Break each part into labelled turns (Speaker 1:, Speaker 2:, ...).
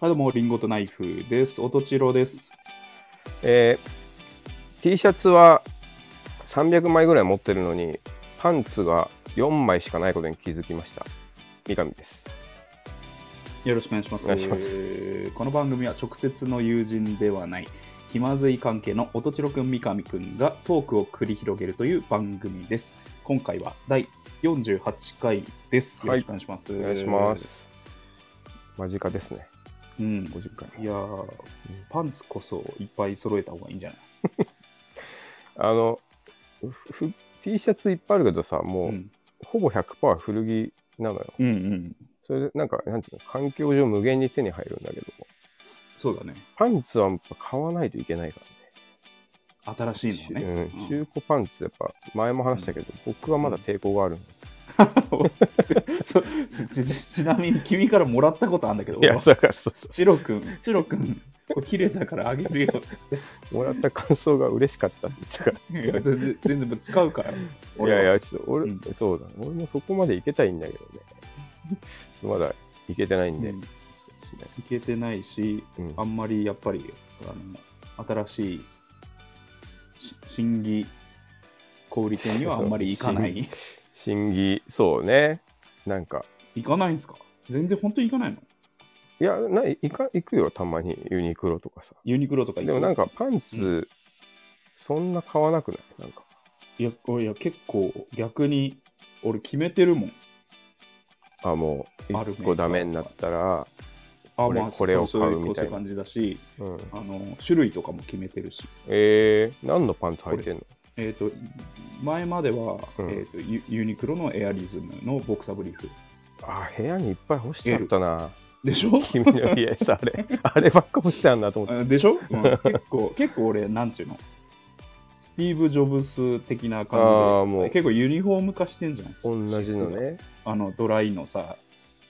Speaker 1: あどうも、リンゴとナイフです。おとちろです。
Speaker 2: えー T シャツは300枚ぐらい持ってるのにパンツが4枚しかないことに気づきました三上です
Speaker 1: よろしくお願いします。
Speaker 2: お願いします
Speaker 1: えーこの番組は直接の友人ではない、気まずい関係のおとちろくん、三上くんがトークを繰り広げるという番組です。今回は第48回です。よ
Speaker 2: は
Speaker 1: ろ
Speaker 2: い
Speaker 1: しくお願いします。
Speaker 2: お願いしま。す間近ですね
Speaker 1: うん。
Speaker 2: 50回
Speaker 1: いやー、パンツこそいっぱい揃えた方がいいんじゃない
Speaker 2: あのふふ T シャツいっぱいあるけどさもう、
Speaker 1: うん
Speaker 2: ほぼ100%古着なのよ
Speaker 1: うんうん。
Speaker 2: それでなんかなんていうの環境上無限に手に入るんだけども
Speaker 1: そうだね。
Speaker 2: パンツはやっぱ買わないといけないからね
Speaker 1: 新しいのはね。
Speaker 2: うん、中古パンツやっぱ前も話したけど、僕はまだ抵抗があるの、
Speaker 1: そちちちなみに君からもらったことあるんだけど、
Speaker 2: いや
Speaker 1: 俺は
Speaker 2: そうかそう
Speaker 1: チロ君、チロ君、これ切れたからあげるよっつって。
Speaker 2: もらった感想が嬉しかったんですが
Speaker 1: いや、全然、全然使うから。
Speaker 2: いやいやちょっと俺、
Speaker 1: うん
Speaker 2: そうだね俺もそこまで行けたいんだけどね まだ行けてないんで、
Speaker 1: うん
Speaker 2: そうですね
Speaker 1: いけてないし、
Speaker 2: うん
Speaker 1: あんまりやっぱり、あの、新しい、し審議小売店にはあんまり行かない。
Speaker 2: 審議そうねなんか
Speaker 1: 行かないんすか全然本当に行かないの
Speaker 2: いやない行か行くよたまにユニクロとかさ
Speaker 1: ユニクロとか行く
Speaker 2: でもなんかパンツ、
Speaker 1: う
Speaker 2: そんな買わなくないなんか
Speaker 1: いや、俺いや、結構逆に、俺決めてるもん。
Speaker 2: あもう
Speaker 1: あるね
Speaker 2: 1個ダメになったら、
Speaker 1: あ
Speaker 2: これこれを買う
Speaker 1: そう
Speaker 2: みた
Speaker 1: そう
Speaker 2: いな
Speaker 1: いう感じだし、
Speaker 2: うん、
Speaker 1: あの、種類とかも決めてるし。
Speaker 2: えー、何のパンツ履いてんの
Speaker 1: えー、と前までは、
Speaker 2: うん
Speaker 1: えー、とユユニクロのエアリズムのボクサブリーフ
Speaker 2: あ部屋にいっぱい干してあったな
Speaker 1: でしょ
Speaker 2: 君の家 さあれあればっか干してあんなと思って
Speaker 1: あでしょ、うん、結構 結構俺なんていうのスティーブ・ジョブス的な感じで
Speaker 2: あーもう
Speaker 1: 結構ユニフォーム化してんじゃないですか
Speaker 2: 同じのね
Speaker 1: あのドライのさ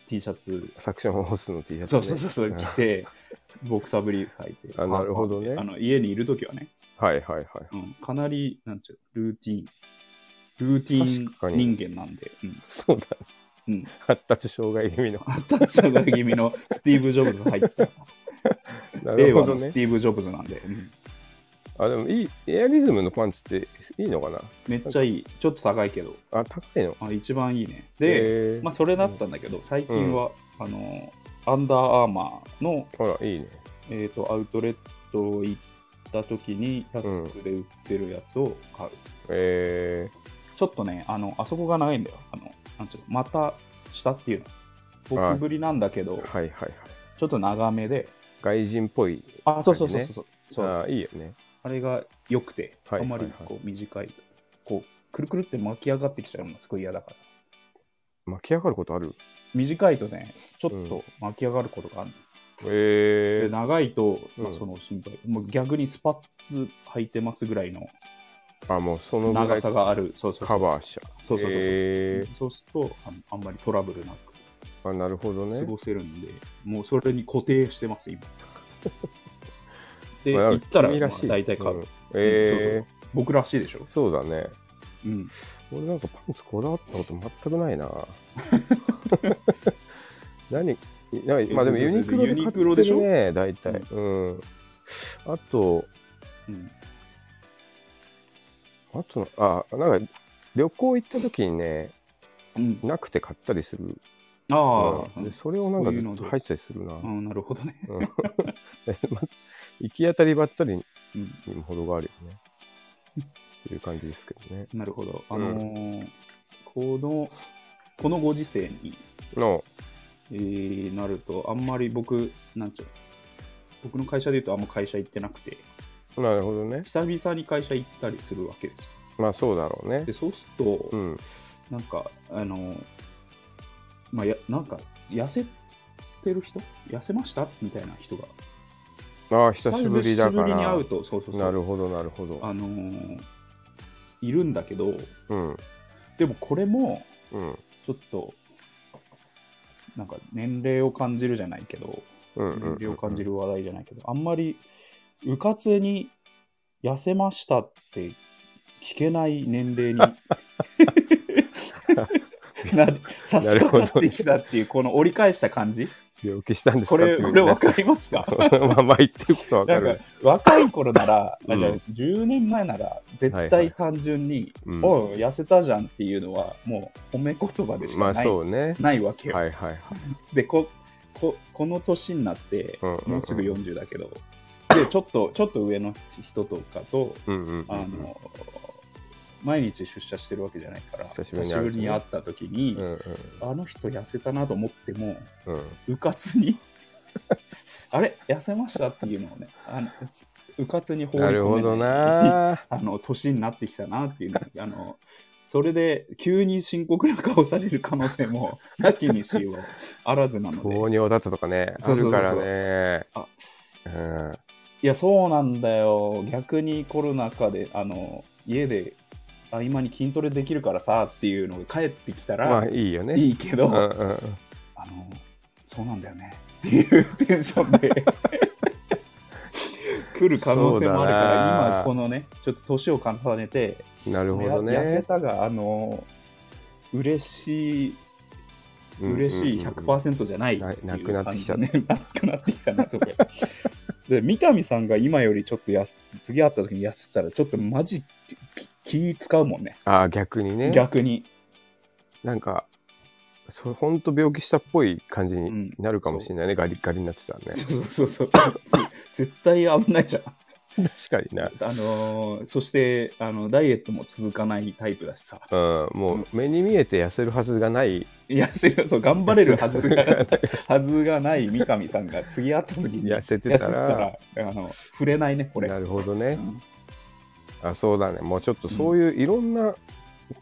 Speaker 1: T シャツ
Speaker 2: サクションホースの T シャツ、ね、
Speaker 1: そうそうそうそう着てボクサブリーフ履いて
Speaker 2: あなるほどね
Speaker 1: あの家にいる時はね、
Speaker 2: はいはいはい
Speaker 1: うん、かなりなんていうのルーティーンルーティ
Speaker 2: 確か
Speaker 1: ー
Speaker 2: に
Speaker 1: ン人間なんで、うん
Speaker 2: そうだ
Speaker 1: うん、
Speaker 2: 発達障害気味の
Speaker 1: タッチャが気味のスティーブ・ジョブズ入った
Speaker 2: な
Speaker 1: 令
Speaker 2: るほ
Speaker 1: 和
Speaker 2: ど
Speaker 1: のス
Speaker 2: ね
Speaker 1: ティーブ・ジョブズなんで、うん
Speaker 2: あでもいいエアリズムのパンツっていいのかな
Speaker 1: めっちゃいいちょっと高いけど
Speaker 2: あ高いの
Speaker 1: あ一番いいねで、
Speaker 2: えー
Speaker 1: まあ、それだったんだけど最近は、あのアンダーアーマーの、
Speaker 2: ほらいいね
Speaker 1: えー、とアウトレット行った時に安くで売ってるやつを買う、
Speaker 2: え
Speaker 1: ちょっとねあのあそこが長いんだよあのなんていうのまた下っていうの
Speaker 2: はい
Speaker 1: 僕ぶりなんだけ
Speaker 2: ー、
Speaker 1: ど
Speaker 2: はいはいはい
Speaker 1: ちょっと長めで
Speaker 2: 外人っぽい
Speaker 1: あそうそうそうそうそう、そう
Speaker 2: あーいいよね
Speaker 1: あれが良くて、
Speaker 2: はい
Speaker 1: あまり
Speaker 2: はいはい
Speaker 1: こう短い、こう、くるくるって巻き上がってきちゃうのがすごい嫌だから。
Speaker 2: 巻き上がることある
Speaker 1: 短いとね、ちょっ
Speaker 2: う
Speaker 1: と巻き上がることがあるの。
Speaker 2: え
Speaker 1: で、長いと、まあ、
Speaker 2: うん
Speaker 1: その心配、もう逆にスパッツ履いてますぐらいの
Speaker 2: ー、あもうそのぐら
Speaker 1: 長
Speaker 2: い
Speaker 1: さがある。そうそうそ
Speaker 2: カ
Speaker 1: う。
Speaker 2: バーしちゃう
Speaker 1: そうそうそうそう
Speaker 2: え
Speaker 1: そうするとあん、あんまりトラブルなく
Speaker 2: ー、あなるほどね
Speaker 1: 過ごせるんで、もうそれに固定して ます、今。で、
Speaker 2: まあ
Speaker 1: 行ったら、ま
Speaker 2: 君
Speaker 1: あ、
Speaker 2: しい
Speaker 1: 大体買う。
Speaker 2: んえ
Speaker 1: そうそう僕らしいでしょ
Speaker 2: ー、。そうだね
Speaker 1: うん。
Speaker 2: 俺なんかパンツこだわったこと全くな いな何なんかまあでもユニクロで
Speaker 1: ユ
Speaker 2: 買
Speaker 1: ニ
Speaker 2: って
Speaker 1: クロでしょ
Speaker 2: るね大体うん、あと
Speaker 1: うん、
Speaker 2: あとあなんか旅行行った時にね
Speaker 1: うん、
Speaker 2: なくて買ったりする
Speaker 1: ああ、
Speaker 2: うんでそれをなんかずっ
Speaker 1: こういうの
Speaker 2: と
Speaker 1: で
Speaker 2: 入ってたりするな、
Speaker 1: うん、なるほどね。
Speaker 2: うんま 行き当たりばったりに
Speaker 1: うん
Speaker 2: も程があるよねっていう感じですけどね
Speaker 1: なるほど。
Speaker 2: う
Speaker 1: あ
Speaker 2: ん
Speaker 1: のーこの、このご時世に、
Speaker 2: の
Speaker 1: えーなると、あんまり僕、なんちゅうの、僕の会社で言うとあんま会社行ってなくて、
Speaker 2: なるほどね
Speaker 1: 久々に会社行ったりするわけですよ。
Speaker 2: まあそうだろうね
Speaker 1: で、そうすると、
Speaker 2: うん
Speaker 1: なんか、あのーまあ、やなんか、痩せてる人痩せましたみたいな人が、
Speaker 2: ああ久しぶりだか
Speaker 1: 久しぶりに
Speaker 2: ら
Speaker 1: 会うと、そうそうそう、
Speaker 2: なるほどなるほど
Speaker 1: あのーいるんだけど、
Speaker 2: うん
Speaker 1: でもこれも、
Speaker 2: うん
Speaker 1: ちょっと、なんか年齢を感じるじゃないけど、
Speaker 2: うん
Speaker 1: 年齢を感じ
Speaker 2: る
Speaker 1: る話題じゃないけど、あんまり、うかつに痩せましたって聞けない年 齢にな差し掛かってきたっていう、この折り返した感じ、
Speaker 2: 病気したんですか
Speaker 1: これ、
Speaker 2: ってい
Speaker 1: こ
Speaker 2: う
Speaker 1: れ
Speaker 2: ね
Speaker 1: 分かりますか
Speaker 2: まあまあ言ってることはわか
Speaker 1: なん
Speaker 2: る
Speaker 1: か。若い頃なら、
Speaker 2: うん
Speaker 1: あじゃあ10年前なら絶
Speaker 2: はいは
Speaker 1: 対
Speaker 2: い
Speaker 1: 単純に「
Speaker 2: うん
Speaker 1: おう痩せたじゃん」っていうのはもう褒め言葉でし
Speaker 2: ま
Speaker 1: かな
Speaker 2: あ
Speaker 1: い,、
Speaker 2: そうね。
Speaker 1: ないわけよ。
Speaker 2: はいはい。
Speaker 1: でこここの年になって
Speaker 2: うんうんうん
Speaker 1: もうすぐ40だけど、 でちょっとちょっと上の人とかと
Speaker 2: うんうんう
Speaker 1: あ
Speaker 2: ん
Speaker 1: の毎日出社してるわけじゃないから
Speaker 2: 久
Speaker 1: 久
Speaker 2: し
Speaker 1: し
Speaker 2: ぶりに会うと
Speaker 1: ぶりに会った
Speaker 2: ね
Speaker 1: 時に、
Speaker 2: うん。うん
Speaker 1: あの人痩せたなと思っても
Speaker 2: うんうん。
Speaker 1: うかつに あれ痩せましたっていうのをねあのうかつに放り込
Speaker 2: な
Speaker 1: め
Speaker 2: るほど
Speaker 1: い
Speaker 2: な。
Speaker 1: あの年になってきたなっていうのあのそれで急に深刻な顔される可能性もなきにしようあらずなので
Speaker 2: 糖尿だったとかね、あ
Speaker 1: そうそ
Speaker 2: る
Speaker 1: うそうそう
Speaker 2: からね。
Speaker 1: あ
Speaker 2: うん
Speaker 1: いや、そうなんだよ。逆にコロナ禍で、あの、家で合間に筋トレできるからさっていうのが帰ってきた
Speaker 2: まあ
Speaker 1: ら
Speaker 2: いいよね。
Speaker 1: いいけど、
Speaker 2: うんうんうん
Speaker 1: あの、そうなんだよねっていうテンション で来る可能性もあるか
Speaker 2: そうだ
Speaker 1: ら、
Speaker 2: な
Speaker 1: 今このね、ちょっと年を重ねて、
Speaker 2: なるほど
Speaker 1: や痩せ
Speaker 2: ね。
Speaker 1: たが、あの、嬉しい、
Speaker 2: うん
Speaker 1: 嬉しい
Speaker 2: うんうん
Speaker 1: 100%じゃない
Speaker 2: な
Speaker 1: っていう
Speaker 2: なくなってきちゃった
Speaker 1: 感じね。なくなってきたなとか。 で、三上さんが今よりちょっとやす次会った時に痩せたら、ちょっとマジき気使うもんね。
Speaker 2: ああ、逆にね。
Speaker 1: 逆に。
Speaker 2: なんか、そうほんと病気したっぽい感じ
Speaker 1: うん
Speaker 2: になるかもしれないね。ガリッガリになってたらね。
Speaker 1: そうそうそうそう。 ぜ絶対危ないじゃん。
Speaker 2: 確かにな。
Speaker 1: あのーそして、あの、ダイエットも続かないタイプだしさ。
Speaker 2: うん、もう目に見えて痩せるはずがない。
Speaker 1: 痩せる、そう、頑張れるはずが、 はずがない三上さんが次会った時に
Speaker 2: 痩せて
Speaker 1: 痩せてた
Speaker 2: たら
Speaker 1: ら、あの、触れないね、これ。
Speaker 2: なるほどね
Speaker 1: う。ん
Speaker 2: あそうだね。もうちょっとそういういろんな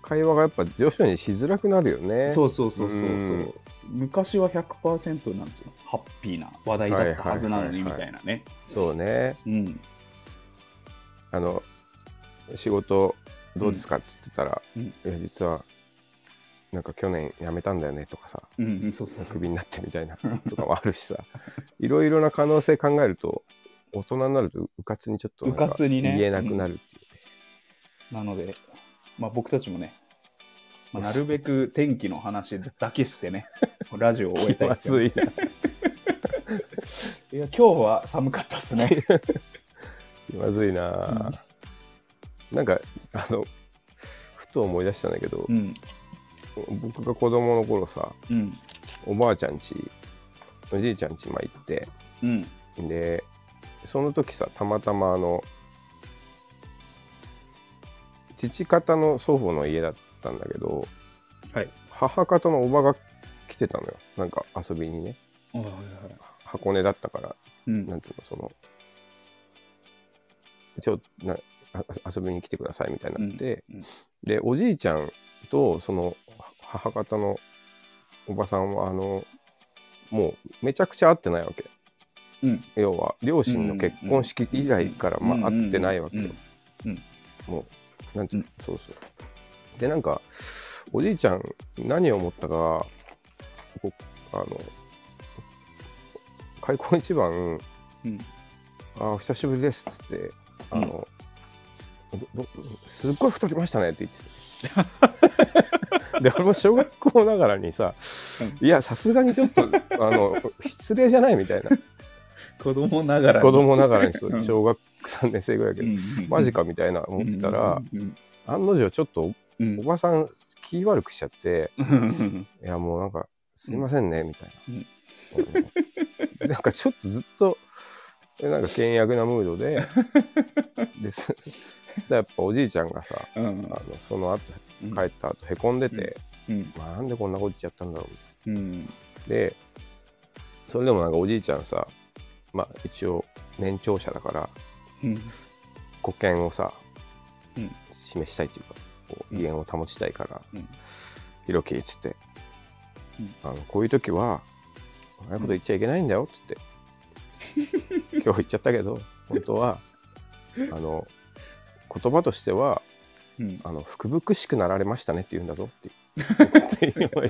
Speaker 2: 会話がやっぱ徐々にしづらくなるよね。
Speaker 1: そうそうそうそうそう、
Speaker 2: うん
Speaker 1: 昔は100%なんですよハッピーな話題だったはずなのに
Speaker 2: は
Speaker 1: み
Speaker 2: いはいは
Speaker 1: たいなね
Speaker 2: そうね。
Speaker 1: うん
Speaker 2: あの、仕事どうですかって言ってたら、
Speaker 1: うん
Speaker 2: いや、実は、なんか去年辞めたんだよねとかさ、
Speaker 1: うんうんそうそうそ
Speaker 2: ク
Speaker 1: う
Speaker 2: ビになって みたいなとかもあるしさ、いろいろな可能性考えると、大人になるとうかつにちょっとなんか
Speaker 1: うかつにね
Speaker 2: 言えなくなるっていう。
Speaker 1: なので、まあ、僕たちもね、まあ、なるべく天気の話だけして ねラジオを 終えたい
Speaker 2: ま
Speaker 1: ですよ
Speaker 2: ず
Speaker 1: ね
Speaker 2: いな。
Speaker 1: いや今日は寒かったっすね
Speaker 2: 気まずいな、なんかあのふと思い出したんだけど
Speaker 1: う、ん
Speaker 2: 僕が子供の頃さ
Speaker 1: うん
Speaker 2: おばあちゃんちおじいちゃんちまあ行って
Speaker 1: うん
Speaker 2: でその時さたまたまあの父方の祖父の家だったんだけど
Speaker 1: はい
Speaker 2: 母方のおばが来てたのよなんか遊びにね
Speaker 1: あはいはい
Speaker 2: 箱根だったから
Speaker 1: うん
Speaker 2: なんていうのそのちょなあ遊びに来てくださいみたいになって、
Speaker 1: うんうん
Speaker 2: でおじいちゃんとそのは母方のおばさんはあのもうめちゃくちゃ会ってないわけ
Speaker 1: うん
Speaker 2: 要は両親の結婚式以来から、まあ、
Speaker 1: うんうん
Speaker 2: 会ってないわけよ、
Speaker 1: うん
Speaker 2: もうなんていうの、
Speaker 1: う
Speaker 2: そうそうでなんかおじいちゃん何を思ったかこあの開口一番
Speaker 1: うん
Speaker 2: あお久しぶりですっつって、あの、どどすっごい太りましたねって言ってた で、俺も小学校ながらにさ、いや、さすがにちょっと、あの、失礼じゃないみたいな、
Speaker 1: 子供ながらに
Speaker 2: 子供ながらにそううん小学3年生ぐらいだ
Speaker 1: う
Speaker 2: け
Speaker 1: ん
Speaker 2: ど、
Speaker 1: うん
Speaker 2: マジかみたいな思ってたら、
Speaker 1: うん
Speaker 2: 案の定ちょっと
Speaker 1: う
Speaker 2: お
Speaker 1: ん
Speaker 2: ばさん気悪くしちゃって、
Speaker 1: うんうん
Speaker 2: いや、もうなんか、すいませんね、みたい
Speaker 1: うん
Speaker 2: な。うんなんかちょっとずっと、えなんか険悪なムー ドで、ですそしたらやっぱおじいちゃんがさ、
Speaker 1: う
Speaker 2: あ
Speaker 1: ん
Speaker 2: のその後
Speaker 1: うん
Speaker 2: 帰った後へこんでて、
Speaker 1: うん
Speaker 2: まあなんでこんなこと言っちゃったんだろうみた
Speaker 1: うん
Speaker 2: いなでそれでもなんかおじいちゃんさまあ一応年長者だから
Speaker 1: うん
Speaker 2: 保険をさ、
Speaker 1: うん
Speaker 2: 示したいっていうかこう
Speaker 1: うん
Speaker 2: 威厳を保ちたいから
Speaker 1: うん
Speaker 2: 「ひろき」っつって、
Speaker 1: うん
Speaker 2: あの「こういう時はああいうこと言っちゃいけないんだよ」っつって、 今日言っちゃったけど本当はあの言葉としては
Speaker 1: うん
Speaker 2: あの福々しくなられましたねって言うんだぞっていう。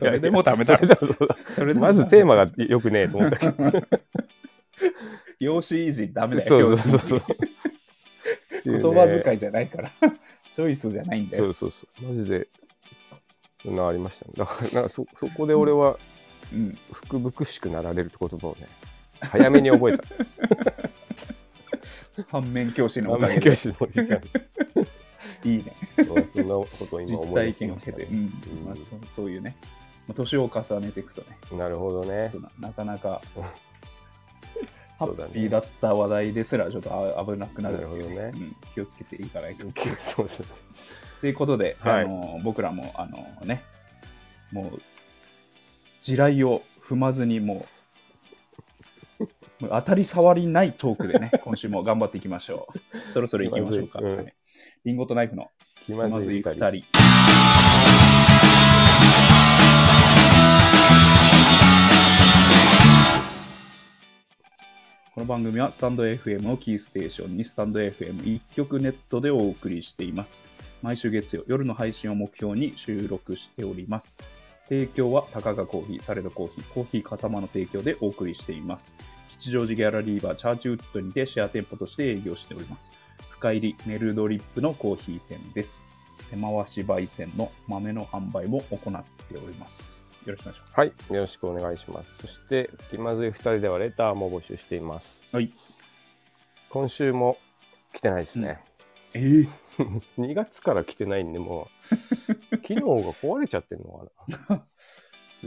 Speaker 1: それでもダメだ
Speaker 2: それでもそうだ
Speaker 1: それでも
Speaker 2: まずテーマがよくねえと思った けど。
Speaker 1: 容姿維持ダメだよ
Speaker 2: そうそうそ うそう。
Speaker 1: 言葉遣
Speaker 2: い。
Speaker 1: いじゃないから、 チョイスじゃないんだ
Speaker 2: そ
Speaker 1: よ。
Speaker 2: うそうそう。マジで、そんなのありましたね。だから、なんかそそこで俺は、
Speaker 1: うん。
Speaker 2: 福々しくなられるって言葉をね、早めに覚えた。
Speaker 1: 反面教師のお
Speaker 2: 反
Speaker 1: か
Speaker 2: 面
Speaker 1: げ
Speaker 2: 教
Speaker 1: で。
Speaker 2: 師の おじいちゃ ん。
Speaker 1: いいね。
Speaker 2: そうそんなことを今
Speaker 1: 実
Speaker 2: 思い
Speaker 1: 体
Speaker 2: 出し
Speaker 1: 験を
Speaker 2: まし
Speaker 1: 経
Speaker 2: た、
Speaker 1: て。
Speaker 2: ね
Speaker 1: う。ん。まあそうそういうね。まあ年を重ねていくとね、
Speaker 2: なるほどね
Speaker 1: ちょ。っとななかなか、ハ
Speaker 2: そうだ
Speaker 1: ッ
Speaker 2: ね
Speaker 1: ピーだった話題ですらちょっとあ危なくな
Speaker 2: な
Speaker 1: る
Speaker 2: るほどね
Speaker 1: う。ん、気をつけていかないと。
Speaker 2: そうですね。
Speaker 1: ということで、
Speaker 2: はい
Speaker 1: あの僕らもあのね、もう、地雷を踏まずにもう、も う当たり障りないトークでね、今週も頑張っていきましょ う。そろそろ行きましょうか。
Speaker 2: 気まずいうん
Speaker 1: はいリンゴとナイフの
Speaker 2: 気ま
Speaker 1: まず
Speaker 2: ずい
Speaker 1: い
Speaker 2: 二
Speaker 1: 二
Speaker 2: 人。
Speaker 1: 人。この番組はスタンド FM をキーステーションにスタンド FM1 曲ネットでお送りしています。毎週月曜夜の配信を目標に収録しております。提供は高がコーヒー、サレドコーヒー、コーヒーかさまの提供でお送りしています。吉祥寺ギャラリーバーチャージウッドにてシェア店舗として営業しております。深入りネルドリップのコーヒー店です。手回し焙煎の豆の販売も行っております。よろしくお願いします。
Speaker 2: はい。よろしくお願いします。そして、気まずい二人ではレターも募集しています。
Speaker 1: はい。
Speaker 2: 今週も来てないですね。
Speaker 1: えー、
Speaker 2: 2月から来てないんで、もう、 機能が壊れちゃってるのかな。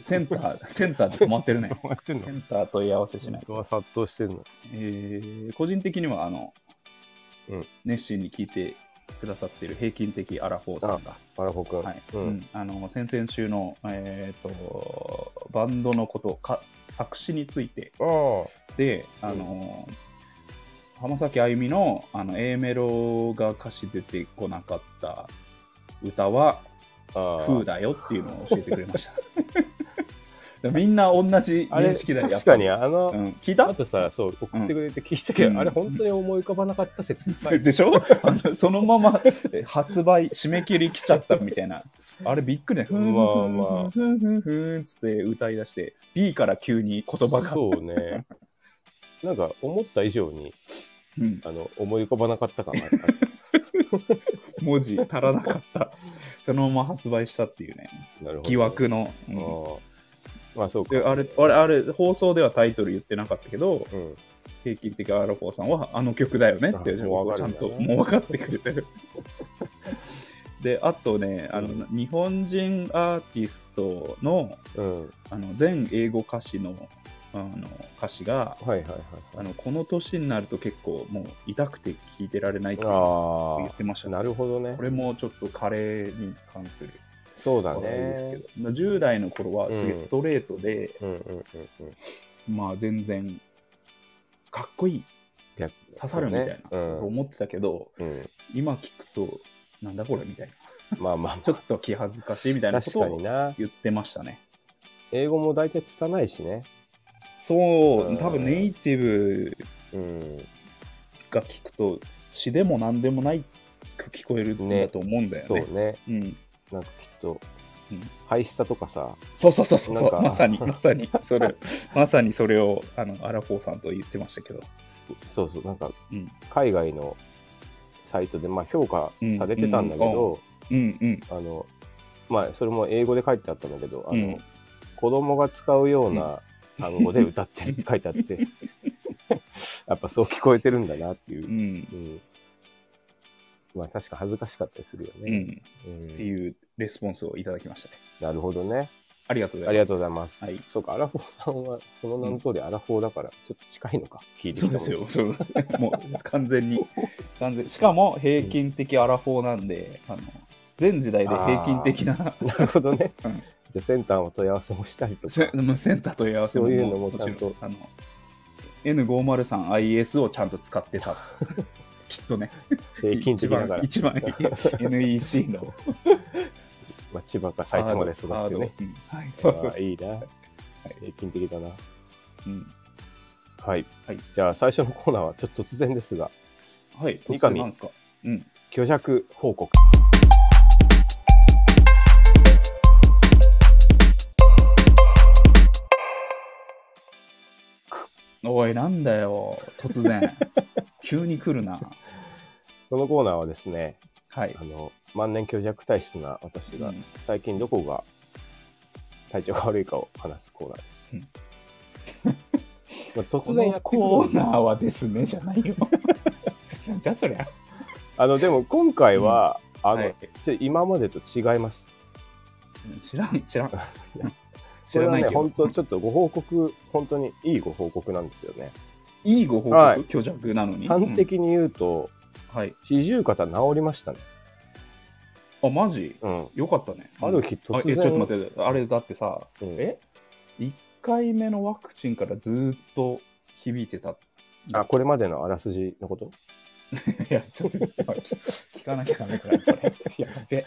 Speaker 1: センター、センターで止まってるね。
Speaker 2: 止まってんの
Speaker 1: センター問い合わせしない
Speaker 2: 本。当は殺到してるの。
Speaker 1: えー個人的には、あの、
Speaker 2: うん
Speaker 1: 熱心に聞いてくださってる平均的アラフォーさんが、
Speaker 2: アラフォ君。
Speaker 1: はい、
Speaker 2: う
Speaker 1: うんんあの先々週の、えー、とバンドのことか作詞について
Speaker 2: ああ、
Speaker 1: で、あの浜崎あゆみのあの A メロが歌詞出てこなかった歌は
Speaker 2: ああ。
Speaker 1: 風だよっていうのを教えてくれました。 でみんな同じ
Speaker 2: あれ、
Speaker 1: 認識だよ。やっ
Speaker 2: 確
Speaker 1: ぱ
Speaker 2: か
Speaker 1: り
Speaker 2: に、あの、
Speaker 1: うん、聞い
Speaker 2: あ
Speaker 1: た
Speaker 2: とさ、そう、送ってくれて聞いたけど、
Speaker 1: うん
Speaker 2: あれ、本当に思い浮かばなかった説いっぱ い。
Speaker 1: でしょあのそのままえ発売、締め切り来ちゃったみたいな。あれびっくりね。ふんふん
Speaker 2: まあまあ
Speaker 1: ふんふんふんつって歌い出して、B から急に言葉が。
Speaker 2: そうね。 なんか、思った以上に、
Speaker 1: うん
Speaker 2: あの、思い浮かばなかったかな。
Speaker 1: 文字足らなかった。そのまま発売したっていうね。
Speaker 2: なるほど。
Speaker 1: 疑。惑の。うん
Speaker 2: ああ。まあ、そうか。
Speaker 1: であれ、あれ、あれ、放送ではタイトル言ってなかったけど、
Speaker 2: うん。
Speaker 1: 平均的アラフォーさんはあの曲だよねって、
Speaker 2: あもうわ
Speaker 1: ち
Speaker 2: か
Speaker 1: ゃ
Speaker 2: る
Speaker 1: ん
Speaker 2: んだね
Speaker 1: ともう分かってくれてる。で、あとね、あの、
Speaker 2: うん
Speaker 1: 日本人アーティストの、
Speaker 2: うん。
Speaker 1: あの、全英語歌詞の、あの、歌詞が、
Speaker 2: はいはいはい
Speaker 1: あ
Speaker 2: はい。
Speaker 1: の、この年になると結構もう痛くて聞いてられないって
Speaker 2: あ
Speaker 1: 言ってました
Speaker 2: あ。
Speaker 1: ね。
Speaker 2: なるほどね
Speaker 1: こ。れもちょっとカレーに関する
Speaker 2: そうだ
Speaker 1: 話題で
Speaker 2: ね
Speaker 1: す。けど、10代の頃はすげ
Speaker 2: う
Speaker 1: え
Speaker 2: ん
Speaker 1: ストレートで、
Speaker 2: うんうんうんうん。
Speaker 1: まあ全然、かっこいい、
Speaker 2: 刺
Speaker 1: 刺さるみたいな、
Speaker 2: うん。
Speaker 1: 思ってたけど、
Speaker 2: うん
Speaker 1: 今聞くと、なんだこれみたいな。
Speaker 2: まあまあ、
Speaker 1: ちょっと気恥ずかしいみたいなこ
Speaker 2: 確
Speaker 1: と
Speaker 2: か
Speaker 1: を
Speaker 2: にな。
Speaker 1: 言ってましたね。
Speaker 2: 英語も大体拙いしね。
Speaker 1: そうう、
Speaker 2: ん
Speaker 1: 多分ネイティブ
Speaker 2: うん。
Speaker 1: が聞くと、詩でも何でもないく聞こえるんだと思うんだよ
Speaker 2: そう
Speaker 1: ね。
Speaker 2: ね。
Speaker 1: うん
Speaker 2: なんかきっと
Speaker 1: うん、
Speaker 2: ハイスタとかさ、
Speaker 1: そうそうそうそう
Speaker 2: なんか
Speaker 1: まさ にまさにそれまさにそれをあのアラフォーさんと言ってましたけど、
Speaker 2: そうそう、なんか
Speaker 1: うん、
Speaker 2: 海外のサイトで、まあ、評価されてたんだけど、
Speaker 1: うんうん
Speaker 2: あの、まあ、それも英語で書いてあったんだけど、あの、
Speaker 1: うん
Speaker 2: 子供が使うような単語で歌ってるって書いてあ って、やっぱそう聞こえてるんだなっていう
Speaker 1: う。ん
Speaker 2: うん。まあ、確か恥ずかしかったりするよ
Speaker 1: う
Speaker 2: ね。
Speaker 1: ん
Speaker 2: うん
Speaker 1: っていうレスポンスをいただきましたね
Speaker 2: なるほどね。
Speaker 1: ありがとうございます
Speaker 2: ありがとうございます。
Speaker 1: はい
Speaker 2: そうか、アラフォーさんは、その名の通りアラフォーだから、ちょっと近いのか、聞いてき
Speaker 1: そう
Speaker 2: たも
Speaker 1: で
Speaker 2: の
Speaker 1: すよ、そう もう完全に完全、しかも平均的アラフォーなんで、あの全時代で平均的な
Speaker 2: なるほどね。
Speaker 1: うん
Speaker 2: じゃあ、センターの問い合わせもしたりと
Speaker 1: セ
Speaker 2: か。
Speaker 1: もうセンター問い合わせ
Speaker 2: そういうのも
Speaker 1: ち
Speaker 2: ちゃんと
Speaker 1: ろあの N503IS をちゃんと使ってた、 きっとね、
Speaker 2: 平均的だから、
Speaker 1: 一番一 番 NEC の
Speaker 2: まあ、千葉か埼玉で育ってね。
Speaker 1: ハードうんはい、そうそう
Speaker 2: あ
Speaker 1: そ
Speaker 2: あ
Speaker 1: う、
Speaker 2: いいな。平均的だな。
Speaker 1: うん
Speaker 2: はい。
Speaker 1: はい
Speaker 2: じゃあ、最初のコーナーは、ちょっと突然ですが、
Speaker 1: はい、
Speaker 2: 三上
Speaker 1: 突然なんですか、うん、
Speaker 2: 虚弱報告。
Speaker 1: おい、なんだよ、突然、 急に来るな、
Speaker 2: このコーナーはですね、
Speaker 1: はい
Speaker 2: あ、の、万年虚弱体質な私が
Speaker 1: うん、
Speaker 2: 最近どこが体調が悪いかを話すコーナー
Speaker 1: うん
Speaker 2: です。まあ、突
Speaker 1: こ
Speaker 2: 然
Speaker 1: の
Speaker 2: やってくる
Speaker 1: コーナーはですね、じゃないよ。 なんじゃそりゃ。
Speaker 2: あのでも今回は、あの、
Speaker 1: はい
Speaker 2: ちょ今までと違います。
Speaker 1: 知らん、知 らん。知
Speaker 2: これ
Speaker 1: ら
Speaker 2: は
Speaker 1: ない
Speaker 2: ね
Speaker 1: けど
Speaker 2: 本。当ちょっとご報告本当にいいご報告なんですよね。
Speaker 1: いいご報告、
Speaker 2: はい
Speaker 1: 虚弱なのに。
Speaker 2: 端的に言うと
Speaker 1: うんはい。
Speaker 2: 四十肩治りましたね。
Speaker 1: あ、マジ
Speaker 2: うん。
Speaker 1: よかったね。
Speaker 2: ある日
Speaker 1: あ
Speaker 2: 突
Speaker 1: いや
Speaker 2: 然
Speaker 1: ちょっと待って、あれだってさ、
Speaker 2: うん
Speaker 1: え ?1 回目のワクチンからずーっと響いてた。い
Speaker 2: あこれまでのあらすじのこと。
Speaker 1: や、ちょっと、まあ聞聞かなきゃダメくらい。これやべ。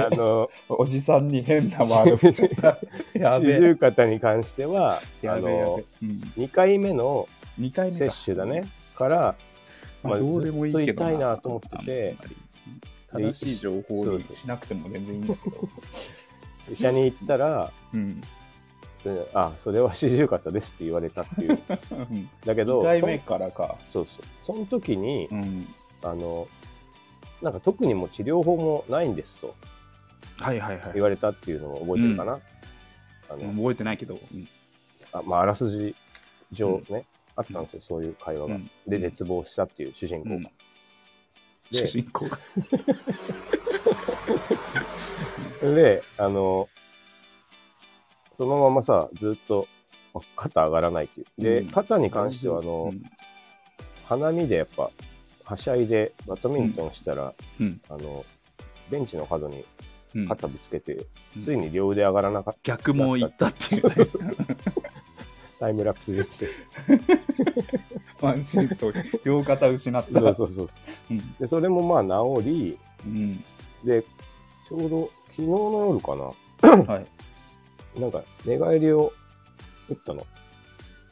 Speaker 1: やべ。
Speaker 2: の
Speaker 1: おじさんに変なワード振っ ちゃった。や
Speaker 2: 四
Speaker 1: べ。
Speaker 2: 十肩に関してはあ
Speaker 1: やべや
Speaker 2: の
Speaker 1: べ。うん、
Speaker 2: 二回目の
Speaker 1: 2回目か
Speaker 2: 接種だね。からまあ
Speaker 1: どうでもいいけど
Speaker 2: ずっと痛いなと思ってて
Speaker 1: あんまり正しい情報
Speaker 2: そう
Speaker 1: に
Speaker 2: そう
Speaker 1: しなくても全然いいんだけど、
Speaker 2: 医者に行ったら
Speaker 1: うん、
Speaker 2: それあそれは四十肩ですって言われたっていう。だけど
Speaker 1: 2回目からか、
Speaker 2: そうそう。その時に、
Speaker 1: うん、
Speaker 2: あの、なんか特にもう治療法もないんですと
Speaker 1: はいはいはい
Speaker 2: 言われたっていうのを覚えてるかな。あの
Speaker 1: 覚えてないけど、うん
Speaker 2: あまあ、あらすじ上ね、あったんですよ、そういう会話が。
Speaker 1: うん
Speaker 2: で、絶望したっていう主人公が。
Speaker 1: うん主
Speaker 2: で
Speaker 1: 人公が
Speaker 2: で、あの、そのままさ、ずっと、まあ肩上がらないっていう。で、
Speaker 1: うん
Speaker 2: 肩に関しては、あ
Speaker 1: う
Speaker 2: の、
Speaker 1: ん
Speaker 2: 花見でやっぱ、はしゃいでバドミントンしたら、
Speaker 1: うん
Speaker 2: あの、ベンチの角に
Speaker 1: うん
Speaker 2: 肩ぶつけて、
Speaker 1: うん
Speaker 2: ついに両腕上がらなかった。
Speaker 1: 逆も言ったっていうね
Speaker 2: そうそうそうタイムラプス人 生。
Speaker 1: ワンシーズンを両肩失った
Speaker 2: そうそうそう。
Speaker 1: うん
Speaker 2: で、それもまあ治り、
Speaker 1: うん
Speaker 2: で、ちょうど昨日の夜かな、
Speaker 1: はい
Speaker 2: なんか寝返りを打ったの。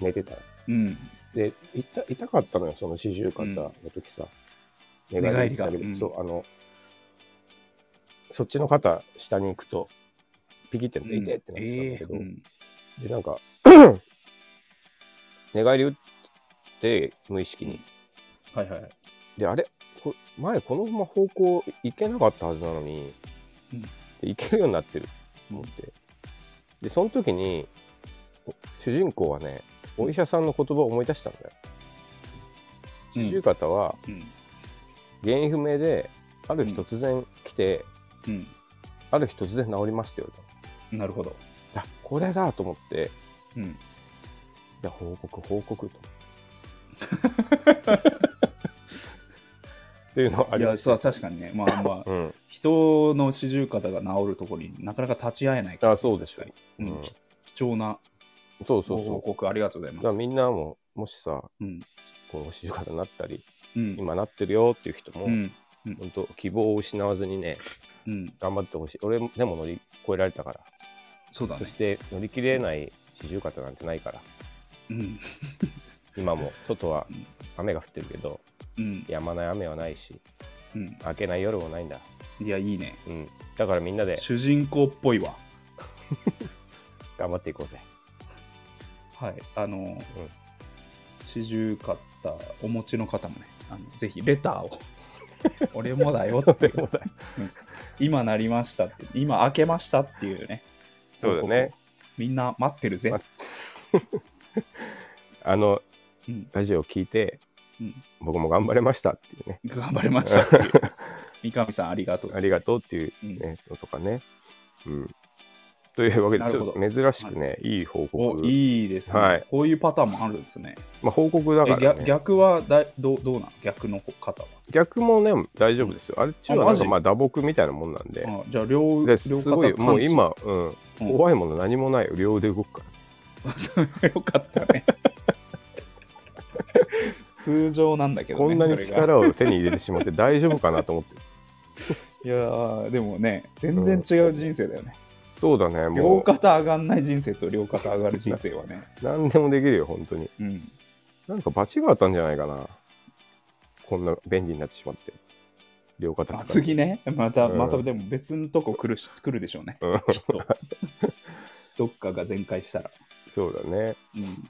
Speaker 2: 寝てたら。
Speaker 1: うん
Speaker 2: で、痛痛かったのよ、その四十肩の時さ。
Speaker 1: ん
Speaker 2: 打ったけど
Speaker 1: 寝返りがうん
Speaker 2: そう、あの、そっちの肩下に行くと、ピキってなって痛いってなってたんだけど、
Speaker 1: ええうん
Speaker 2: で、なんか、 寝返り打って、無意識に。
Speaker 1: はいはいはい
Speaker 2: であれこ前このまま方向行けなかったはずなのに、
Speaker 1: うん
Speaker 2: で行けるようになってると思って、でその時にお主人公はねお医者さんの言葉を思い出したんだよ
Speaker 1: うん
Speaker 2: 四十肩は
Speaker 1: うん
Speaker 2: 原因不明である日突然来て、ある日突然治りますって言われ
Speaker 1: うんなるほど
Speaker 2: たあこれだと思って
Speaker 1: う
Speaker 2: い
Speaker 1: ん
Speaker 2: や報告報 告とっていうのはあ
Speaker 1: い
Speaker 2: りま
Speaker 1: や
Speaker 2: し
Speaker 1: そう確かにねまあまあ
Speaker 2: たうん
Speaker 1: 人の四十肩が治るところになかなか立ち会えないから
Speaker 2: あそうでしょ
Speaker 1: うん
Speaker 2: うん
Speaker 1: 貴貴重な
Speaker 2: そうそ
Speaker 1: ご
Speaker 2: うそう
Speaker 1: 報告ありがとうござい
Speaker 2: だから
Speaker 1: ます。
Speaker 2: みんなも、もしさ、
Speaker 1: うん
Speaker 2: この四十肩になったり、
Speaker 1: うん
Speaker 2: 今なってるよっていう人も、
Speaker 1: うん
Speaker 2: 本当希望を失わずにね、
Speaker 1: うん、
Speaker 2: 頑張ってほしい。俺もでも乗り越えられたから。
Speaker 1: そうだ
Speaker 2: そ
Speaker 1: ね
Speaker 2: し。て乗り切れない四十肩なんてないから。
Speaker 1: うん
Speaker 2: 今も外は
Speaker 1: うん
Speaker 2: 雨が降ってるけど、
Speaker 1: うん
Speaker 2: 止まない雨はないし、
Speaker 1: うん、
Speaker 2: 明けない夜もないんだ。
Speaker 1: いや、いいね。
Speaker 2: うん。だからみんなで
Speaker 1: 主人公っぽいわ。
Speaker 2: 頑張っていこうぜ。
Speaker 1: はい。あの、四十肩、お持ちの方もね、あのぜひレター を。俺もだよっていう。うん今なりましたって、今開けましたっていうね。
Speaker 2: そうだね
Speaker 1: 報告を。みんな待ってるぜ
Speaker 2: 待。あの、
Speaker 1: うん
Speaker 2: ラジオ聞いて、
Speaker 1: うん、
Speaker 2: 僕も頑張れましたっていうね。
Speaker 1: 頑張りましたってい う。三上さん、ありがとう
Speaker 2: あ。りがとうっていう
Speaker 1: うん
Speaker 2: ね、のとかね。うん。というわけで、
Speaker 1: な
Speaker 2: ち
Speaker 1: る
Speaker 2: ょ
Speaker 1: ほ
Speaker 2: っ
Speaker 1: ど
Speaker 2: と珍しくね、い、い報
Speaker 1: お
Speaker 2: 告。
Speaker 1: いいですね、
Speaker 2: はい
Speaker 1: こういうパターンもあるんですね。
Speaker 2: まあ、報告だ
Speaker 1: え
Speaker 2: から、
Speaker 1: 逆
Speaker 2: ね、
Speaker 1: 逆はだどうどうなん逆の方は。
Speaker 2: 逆もね、大丈夫ですよ。あれっちゅうのは
Speaker 1: あマ
Speaker 2: なん
Speaker 1: ジ
Speaker 2: かまあ打撲みたいなもんなんで。
Speaker 1: あじゃあ両
Speaker 2: で
Speaker 1: 両
Speaker 2: す
Speaker 1: 肩
Speaker 2: ごい、
Speaker 1: パンチ
Speaker 2: もう今、うん、
Speaker 1: うん
Speaker 2: 怖いもの何もないよ。両腕動くか
Speaker 1: よかったね。通常なんだけ
Speaker 2: ら。
Speaker 1: どね。
Speaker 2: こんなに
Speaker 1: それが
Speaker 2: 力を手に入れてし まって大丈夫かなと思って。
Speaker 1: いやーでもね、全然違う人生だよね。
Speaker 2: そうだね、
Speaker 1: 両
Speaker 2: も
Speaker 1: 肩上がんない人生と両肩上がる人生はね。
Speaker 2: う、何でもできるよ、本当に。
Speaker 1: うん。
Speaker 2: なんか罰が当たんじゃないかな。こんな便利になってしまって。両肩
Speaker 1: まあ
Speaker 2: 肩
Speaker 1: 次ね、また、
Speaker 2: うん
Speaker 1: またでも別のとこ来るし来るでしょうね。
Speaker 2: うん
Speaker 1: きっ と。どっかが全開したら。
Speaker 2: そうだね。
Speaker 1: うん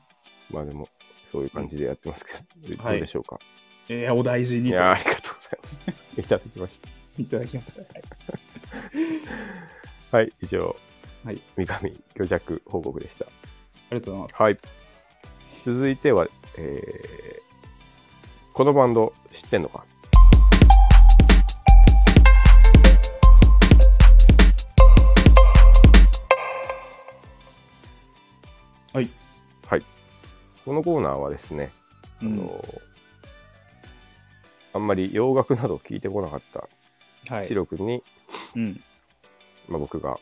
Speaker 2: まあでも、そういう感じでやってますけど、
Speaker 1: はい
Speaker 2: どうでしょうか。
Speaker 1: えーお大事
Speaker 2: い
Speaker 1: にと
Speaker 2: やあ、ありがとうございます。いただきまし
Speaker 1: いただきました。
Speaker 2: た。はい、以上、
Speaker 1: はい
Speaker 2: 三上虚弱報告でした。
Speaker 1: りがとうございます。
Speaker 2: はい。続いては、えーこのバンド知ってんのか
Speaker 1: はい。
Speaker 2: はい。このコーナーはですね、
Speaker 1: う
Speaker 2: あ
Speaker 1: ん
Speaker 2: のあんまり洋楽など聞いてこなかった
Speaker 1: はい。
Speaker 2: シロ君に、
Speaker 1: うん。
Speaker 2: まあ、僕が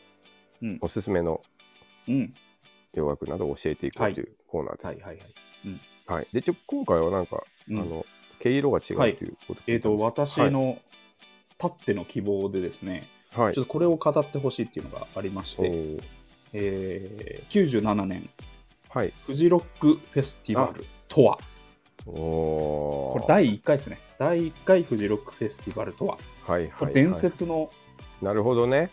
Speaker 1: うん
Speaker 2: おすすめの
Speaker 1: うん。
Speaker 2: 洋楽などを教えていこうというコーナーです。
Speaker 1: はいはいはい。
Speaker 2: はい、でちょ今回はなんか、
Speaker 1: うん
Speaker 2: あの毛色が違うと
Speaker 1: はい
Speaker 2: いうこと
Speaker 1: え
Speaker 2: 聞
Speaker 1: っ、
Speaker 2: いたん
Speaker 1: と、
Speaker 2: です
Speaker 1: 私のたっての希望でですね、
Speaker 2: はい
Speaker 1: ちょっとこれを語ってほしいっていうのがありまし
Speaker 2: お
Speaker 1: て、
Speaker 2: ー
Speaker 1: えー、97年、
Speaker 2: はい
Speaker 1: フジロックフェスティバルとは、
Speaker 2: お
Speaker 1: これ
Speaker 2: こ
Speaker 1: 第1回ですね。第1回フジロックフェスティバルとは、
Speaker 2: はい
Speaker 1: これ
Speaker 2: はい
Speaker 1: 伝説の
Speaker 2: なるほどね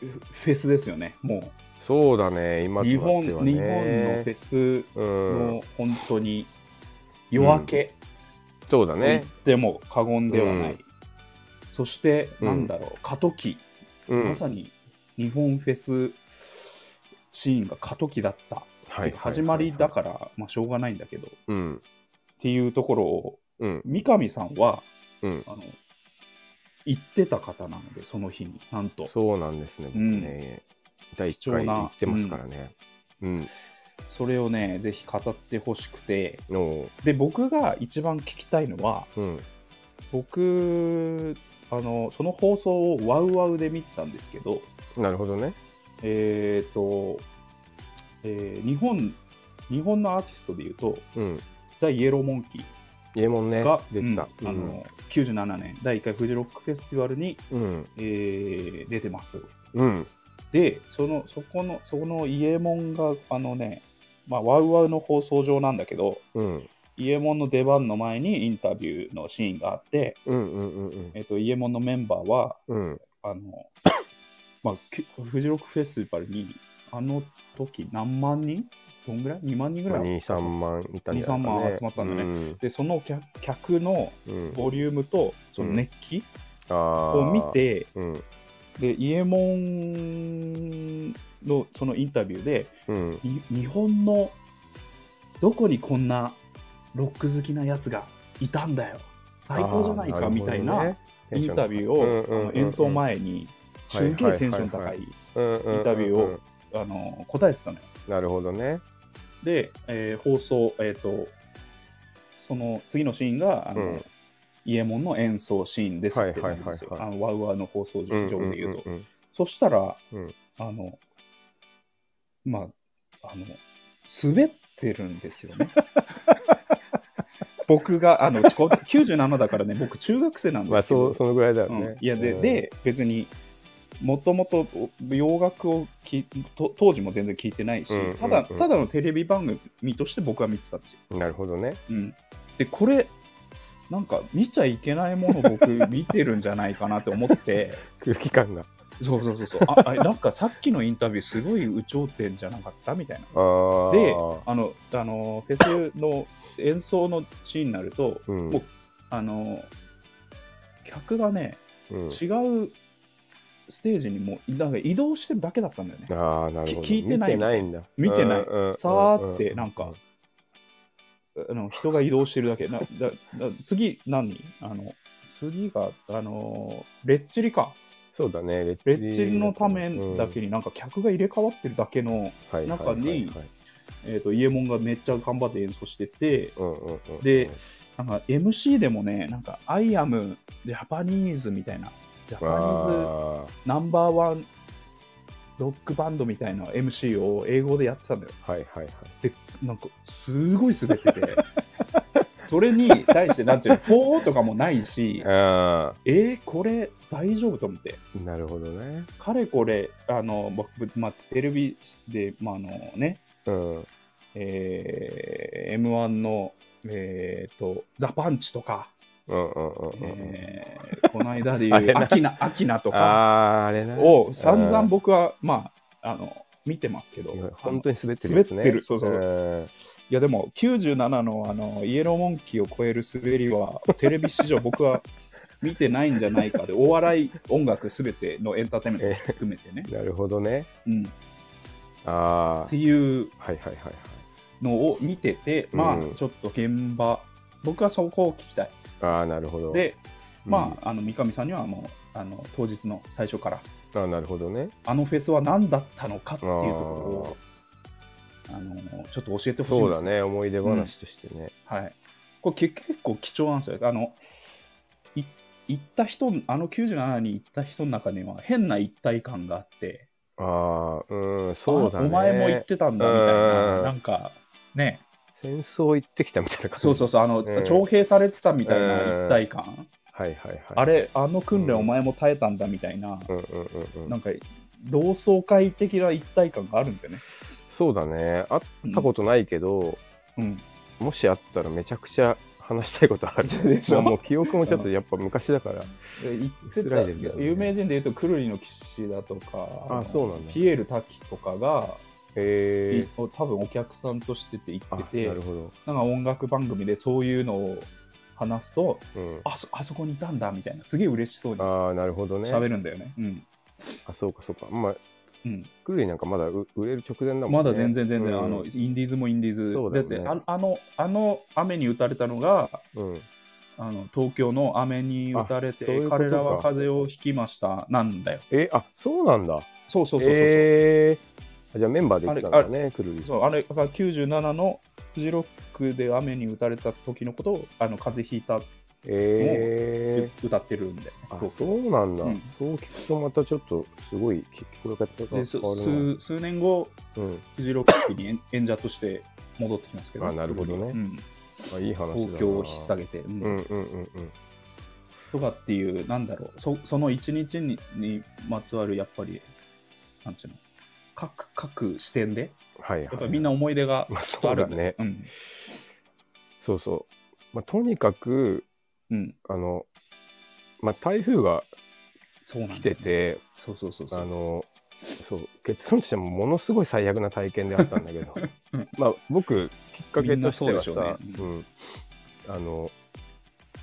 Speaker 1: フフェスですよね。も
Speaker 2: そうだね
Speaker 1: う、
Speaker 2: 今と
Speaker 1: 日
Speaker 2: な
Speaker 1: 本
Speaker 2: っ
Speaker 1: 日
Speaker 2: ては
Speaker 1: 本
Speaker 2: ね
Speaker 1: のフェス
Speaker 2: うん
Speaker 1: の本当に夜明け
Speaker 2: そうだ
Speaker 1: と言っ
Speaker 2: ね
Speaker 1: ても過言ではない。
Speaker 2: うん
Speaker 1: そして、
Speaker 2: うん
Speaker 1: なんだろう、過渡期。
Speaker 2: うん
Speaker 1: まさに日本フェスシーンが過渡期だった、
Speaker 2: はい
Speaker 1: 始まりだから、まあ、しょうがないんだけどっ
Speaker 2: うん
Speaker 1: ていうところを
Speaker 2: うん
Speaker 1: 三上さんは
Speaker 2: うん
Speaker 1: あの行ってた方なのでその日になんとそ
Speaker 2: そうなんですね僕ね、第1回
Speaker 1: 貴重な
Speaker 2: 行ってますからねうん、
Speaker 1: れをねぜひ語ってほしくて
Speaker 2: うん、おー
Speaker 1: で僕が一番聞きたいのは
Speaker 2: うん
Speaker 1: 僕あのその放送をワウワウで見てたんですけど
Speaker 2: なるほどね
Speaker 1: えっ、と、えー日本日本のアーティストでいうと
Speaker 2: うん
Speaker 1: ザ・イエローモンキー
Speaker 2: イエモンね
Speaker 1: が、
Speaker 2: 出てた、
Speaker 1: うんあの97年第1回フジロックフェスティバルに、
Speaker 2: うん
Speaker 1: えー出てます
Speaker 2: うん
Speaker 1: でそのそこのそこの伊右衛門があのね、まあ、ワウワウの放送上なんだけど
Speaker 2: うん
Speaker 1: 伊右衛門の出番の前にインタビューのシーンがあって、
Speaker 2: うんうんうんうん
Speaker 1: えっと伊右衛門のメンバーは
Speaker 2: うん
Speaker 1: あの、まあ、きフジロックフェスティバルにあの時何万人どんぐらい ?2 万人ぐらい
Speaker 2: 23万いたんじゃないか
Speaker 1: 2 3万集まったんだ
Speaker 2: ね
Speaker 1: でその客客の
Speaker 2: うん、うん
Speaker 1: ボリュームとその熱気
Speaker 2: あ
Speaker 1: を
Speaker 2: ー
Speaker 1: 見て、
Speaker 2: うん
Speaker 1: で、伊右衛門のそのインタビューで、
Speaker 2: うん
Speaker 1: に日本のどこにこんなロック好きなやつがいたんだよ、最高じゃないかみたいなインタビューをあの演奏前に、す
Speaker 2: はいはいはいはい
Speaker 1: げえテンション高い
Speaker 2: イ
Speaker 1: インタビューをあの答えてたのよ。
Speaker 2: なるほどね
Speaker 1: で、えー放送、えっ、と、その次のシーンが、あの、
Speaker 2: うん
Speaker 1: 伊右衛門の演奏シーンですってなるんですよ。
Speaker 2: はいはいは
Speaker 1: あ
Speaker 2: い
Speaker 1: のワウワウの放送上で言うと。
Speaker 2: んんんん
Speaker 1: そしたら、
Speaker 2: うん
Speaker 1: あの、まあ、あの、滑ってるんです よね。僕が、あの、こ97だからね、僕、中学生なん
Speaker 2: ま
Speaker 1: で
Speaker 2: あ
Speaker 1: すけど、
Speaker 2: そうそのぐらいだよ
Speaker 1: うん
Speaker 2: ね
Speaker 1: いやで、
Speaker 2: うん
Speaker 1: で、別に、もともと洋楽をきと当時も全然聞いてないし、
Speaker 2: うんうんうん
Speaker 1: ただ、ただのテレビ番組として僕は見てたんですよ。
Speaker 2: なるほどね
Speaker 1: うん、で、これ、なんか見ちゃいけないもの僕見てるんじゃないかなって思 って、
Speaker 2: 空気感が
Speaker 1: そうそうそうそうああなんかさっきのインタビューすごい有頂天じゃなかったみたいな。
Speaker 2: あー
Speaker 1: であのあのフェスの演奏のシーンになると
Speaker 2: うん
Speaker 1: もうあの客がね
Speaker 2: うん
Speaker 1: 違うステージにもうなんか移動してるだけだったんだよね。
Speaker 2: ああなるほど
Speaker 1: き聞いてない
Speaker 2: 見てないんだ
Speaker 1: 見てない
Speaker 2: うんうんうん
Speaker 1: さーってなんかあの人が移動してるだけ。なだだ次何あの次があのレッチリか。
Speaker 2: そうだねレッ
Speaker 1: レッチリのためだけ
Speaker 2: に
Speaker 1: になんか客が入れ替わってるだけの。中にえー、と伊右衛門がめっちゃ頑張って演奏しててでなんか MC でもねなんか「I am Japanese」みたいなジャパニーズ
Speaker 2: あ
Speaker 1: ナンバーワンロックバンドみたいな MC を英語でやってたんだよ
Speaker 2: ーはいはいはい
Speaker 1: でなんかすごい滑っててそれに対してなんていうの「ポー」とかもないし
Speaker 2: あ
Speaker 1: えー、これ大丈夫と思って
Speaker 2: あなるほどね
Speaker 1: かれこれあの、ままテレビで、まああのね
Speaker 2: うん
Speaker 1: えー、M1 の、えー、とザ・パンチとか、
Speaker 2: うんうんうんうんうん
Speaker 1: えーこの間で言
Speaker 2: あ
Speaker 1: う
Speaker 2: れな
Speaker 1: アキナアキナとか
Speaker 2: あーあれな
Speaker 1: を散々
Speaker 2: うん
Speaker 1: 僕は、まあ、あの見てますけど
Speaker 2: 本当に滑ってるやつね
Speaker 1: 滑ってるそうそう、い
Speaker 2: ん
Speaker 1: やでも97のあのイエローモンキーを超える滑りはテレビ史上僕は見てないんじゃない かで、お笑い、音楽、すべてのエンターテインメント含めてね。
Speaker 2: なるほどね。
Speaker 1: うん、っ
Speaker 2: あ
Speaker 1: ていう
Speaker 2: あ、はいはいはいはい。
Speaker 1: のを見てて、ま
Speaker 2: うん
Speaker 1: あ、ちょっと現場、僕はそこを聞きたい。
Speaker 2: ああ、なるほど。
Speaker 1: で、
Speaker 2: うん、
Speaker 1: まあ、あの三上さんにはもうあの当日の最初から
Speaker 2: ああ、なるほどね。
Speaker 1: あのフェスは何だったのかっていうとこ
Speaker 2: あ
Speaker 1: ろをあのちょっと教えて
Speaker 2: あ、
Speaker 1: ほしいん
Speaker 2: そう
Speaker 1: です
Speaker 2: だね。思い出話としてね。
Speaker 1: はい、これ結結構貴重なんですよあのい行った人あの97に行った人の中には変な一体感があって
Speaker 2: ああ、うん、そうだね。
Speaker 1: あお前も行ってたんだみたいな
Speaker 2: うん
Speaker 1: なんかね
Speaker 2: 戦争行ってきたみたいな感じ。
Speaker 1: そうそうそうあの、
Speaker 2: うん
Speaker 1: 徴兵されてたみたいな一体感
Speaker 2: はいはいはい。
Speaker 1: あれあの訓練
Speaker 2: うん
Speaker 1: お前も耐えたんだみたいな、
Speaker 2: うんうんうんう。
Speaker 1: なんんか同窓会的な一体感があるんだよね
Speaker 2: そうだね。会ったことないけど、
Speaker 1: うん
Speaker 2: もしあったらめちゃくちゃ話したいことある。
Speaker 1: でしょ
Speaker 2: もう記憶もちょっとやっぱ昔だから。
Speaker 1: で言って
Speaker 2: 薄
Speaker 1: た
Speaker 2: らいでるけどね
Speaker 1: 有名人でいうとくるりの騎士だとか
Speaker 2: ああ、そうなんだ。
Speaker 1: ピエール滝とかが、
Speaker 2: へえ。
Speaker 1: 多分お客さんとしてて行
Speaker 2: あ、
Speaker 1: っ
Speaker 2: な
Speaker 1: ててな
Speaker 2: る
Speaker 1: ん
Speaker 2: ほど。
Speaker 1: か音楽番組でそういうのを話すと
Speaker 2: うん。
Speaker 1: あそあそこにいたんだみたいなすげえ嬉しそうに
Speaker 2: ああ、なるほどね。
Speaker 1: 喋るんだよねうん
Speaker 2: あ、そうかそうか。まあ、
Speaker 1: うん
Speaker 2: クルリなんかまだう売れる直前だもんね。
Speaker 1: まだ全然全然、
Speaker 2: うん
Speaker 1: あのインディーズもインディーズ
Speaker 2: そうだよね
Speaker 1: ってああのあの雨に打たれたのが
Speaker 2: うん。
Speaker 1: あの東京の雨に打たれて
Speaker 2: あそういうこと
Speaker 1: 彼
Speaker 2: か
Speaker 1: らは風邪をひきましたなんだよ
Speaker 2: え、あ、そうなんだ。
Speaker 1: そうそうそうそうそう、
Speaker 2: えーあじゃあメンバーで行ってたん
Speaker 1: あ
Speaker 2: だ
Speaker 1: れ
Speaker 2: ね、クルリ。
Speaker 1: そうあれが97のフジロックで雨に打たれた時のことをあの風邪ひいた、
Speaker 2: え
Speaker 1: 歌ってるんで
Speaker 2: ー
Speaker 1: そ
Speaker 2: あ、
Speaker 1: う
Speaker 2: そうなんだ
Speaker 1: うん。
Speaker 2: そう聞くとまたちょっとすごい聞こえ方が
Speaker 1: でそ
Speaker 2: 変わ
Speaker 1: 数
Speaker 2: る
Speaker 1: 数年後
Speaker 2: な。うん。
Speaker 1: フジロックに演演者として戻ってきますけど
Speaker 2: あなるほどね
Speaker 1: うん
Speaker 2: あ、いい話だな。
Speaker 1: 東京を引っ提げて、うん
Speaker 2: うんうんうんうん。
Speaker 1: とかっていうなんだろうそその一日ににまつわるやっぱりなんちゅうの各各視点で
Speaker 2: はい
Speaker 1: やっ
Speaker 2: は
Speaker 1: ぱ
Speaker 2: い。
Speaker 1: りみんな思い出が
Speaker 2: まあ
Speaker 1: きっとあるんだよねうん
Speaker 2: そうそう。まあ、とにかく、
Speaker 1: うん
Speaker 2: あの、まあ、台風が
Speaker 1: そうなんだ
Speaker 2: 来
Speaker 1: よ
Speaker 2: てて、
Speaker 1: そうそうそうそ
Speaker 2: あ
Speaker 1: う
Speaker 2: のそう結論としてもものすごい最悪な体験であったんだ けど
Speaker 1: うん
Speaker 2: まあ僕きっかけとしては
Speaker 1: みんな
Speaker 2: さ
Speaker 1: そうでしょ
Speaker 2: う、
Speaker 1: うん
Speaker 2: あの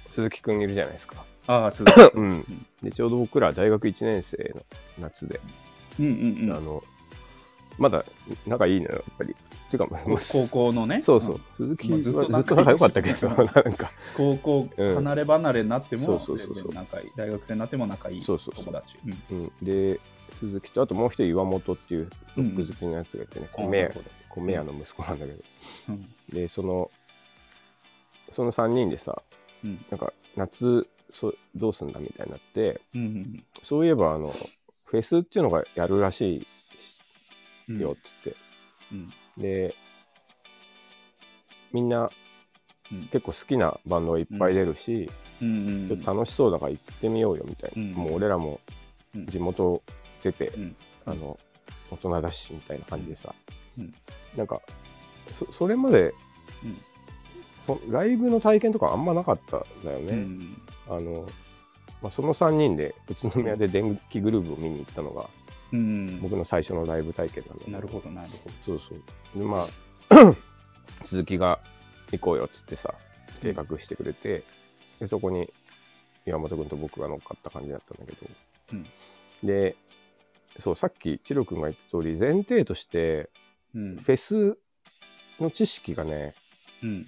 Speaker 2: 鈴木くんいるじゃないですか、
Speaker 1: ああそう
Speaker 2: うん、でちょうど僕ら大学1年生の夏で、
Speaker 1: うんうんう
Speaker 2: あ
Speaker 1: ん
Speaker 2: のまだ仲いいのよやっぱりていうか、まあ
Speaker 1: こ高校のね
Speaker 2: そうそう、
Speaker 1: ん
Speaker 2: 鈴木
Speaker 1: まあ
Speaker 2: は
Speaker 1: ずっ
Speaker 2: ず
Speaker 1: と仲
Speaker 2: っと仲良かったけど
Speaker 1: いい
Speaker 2: なんか
Speaker 1: 高校
Speaker 2: うん
Speaker 1: 離れ離れになっても、
Speaker 2: そうそうそうそう
Speaker 1: 全然仲いい大学生になっても仲いい
Speaker 2: そ
Speaker 1: 友
Speaker 2: う
Speaker 1: 達
Speaker 2: そうそう
Speaker 1: うん
Speaker 2: うん、で鈴木とあともう一人岩本っていうロック好きのやつがいてね、
Speaker 1: うん
Speaker 2: 米
Speaker 1: あな
Speaker 2: 屋
Speaker 1: るほど
Speaker 2: 米屋の息子なんだけど
Speaker 1: うん
Speaker 2: でそのその3人でさ
Speaker 1: うん
Speaker 2: なんか夏そどうすんだみたいになって
Speaker 1: うん
Speaker 2: そういえばあのフェスっていうのがやるらし
Speaker 1: うん
Speaker 2: いよっつって、
Speaker 1: うん
Speaker 2: でみんな
Speaker 1: うん
Speaker 2: 結構好きなバンドがいっぱい出るし、
Speaker 1: うんうん
Speaker 2: ちょっと楽しそうだから行ってみようよみたいな、
Speaker 1: うん
Speaker 2: もう俺らも
Speaker 1: うん
Speaker 2: 地元出て、
Speaker 1: うん
Speaker 2: あの大人だしみたいな感じでさ、
Speaker 1: うん
Speaker 2: なんかそそれまで、
Speaker 1: うん
Speaker 2: そライブの体験とかあんまなかったんだよね、
Speaker 1: うん
Speaker 2: あの、まあ、その3人で宇都宮で電気グルーヴを見に行ったのが
Speaker 1: うん
Speaker 2: 僕の最初のライブ体験なんだけ
Speaker 1: なるほどなるほど
Speaker 2: そうそう でまあ鈴木が行こうよっつってさ計画してくれてでそこに岩本君と僕が乗っかった感じだったんだけど、
Speaker 1: うん
Speaker 2: でそうさっきチロ君が言った通り前提として
Speaker 1: うん
Speaker 2: フェスの知識がね
Speaker 1: うん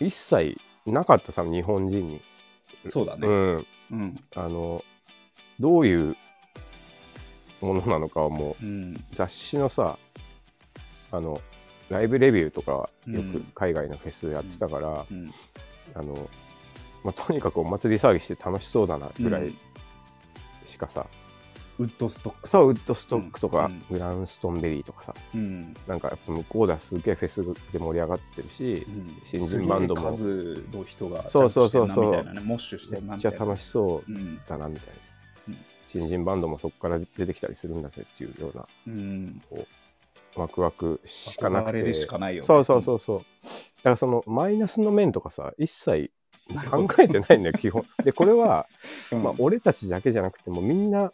Speaker 2: 一切なかったさ日本人に、
Speaker 1: そうだ
Speaker 2: う
Speaker 1: ね
Speaker 2: ん、
Speaker 1: うん
Speaker 2: あのどういうものなのかはもう
Speaker 1: うん
Speaker 2: 雑誌のさあのライブレビューとか
Speaker 1: うん
Speaker 2: よく海外のフェスやってたから、
Speaker 1: うん
Speaker 2: あのまあ、とにかくお祭り騒ぎして楽しそうだなぐら
Speaker 1: う
Speaker 2: い
Speaker 1: ん
Speaker 2: しかさ、
Speaker 1: ウッドストック
Speaker 2: そうウッドストックとか、
Speaker 1: うん
Speaker 2: グランストンベリーとかさ
Speaker 1: うん
Speaker 2: なんかやっぱ向こうだすげえフェスで盛り上がってるし
Speaker 1: う、ん
Speaker 2: 新人バンドも
Speaker 1: すげえ数の人が
Speaker 2: そうそうそうそう
Speaker 1: ジャンプしてんなみたいなねモッシュしてん
Speaker 2: め
Speaker 1: な
Speaker 2: っ
Speaker 1: み
Speaker 2: ち
Speaker 1: た
Speaker 2: ゃ
Speaker 1: いな
Speaker 2: 楽しそう
Speaker 1: うん
Speaker 2: だなみたいな、
Speaker 1: うん
Speaker 2: 新人バンドもそこから出てきたりするんだぜっていうような
Speaker 1: うん
Speaker 2: ワクワクしかなく
Speaker 1: 憧れで
Speaker 2: て
Speaker 1: しかないよね
Speaker 2: そうそうそうそう。だからそのマイナスの面とかさ、一切
Speaker 1: なるほ
Speaker 2: 考
Speaker 1: ど
Speaker 2: えてないんだよ、基本。で、これは、
Speaker 1: うん
Speaker 2: まあ、俺たちだけじゃなくて、もうみんな、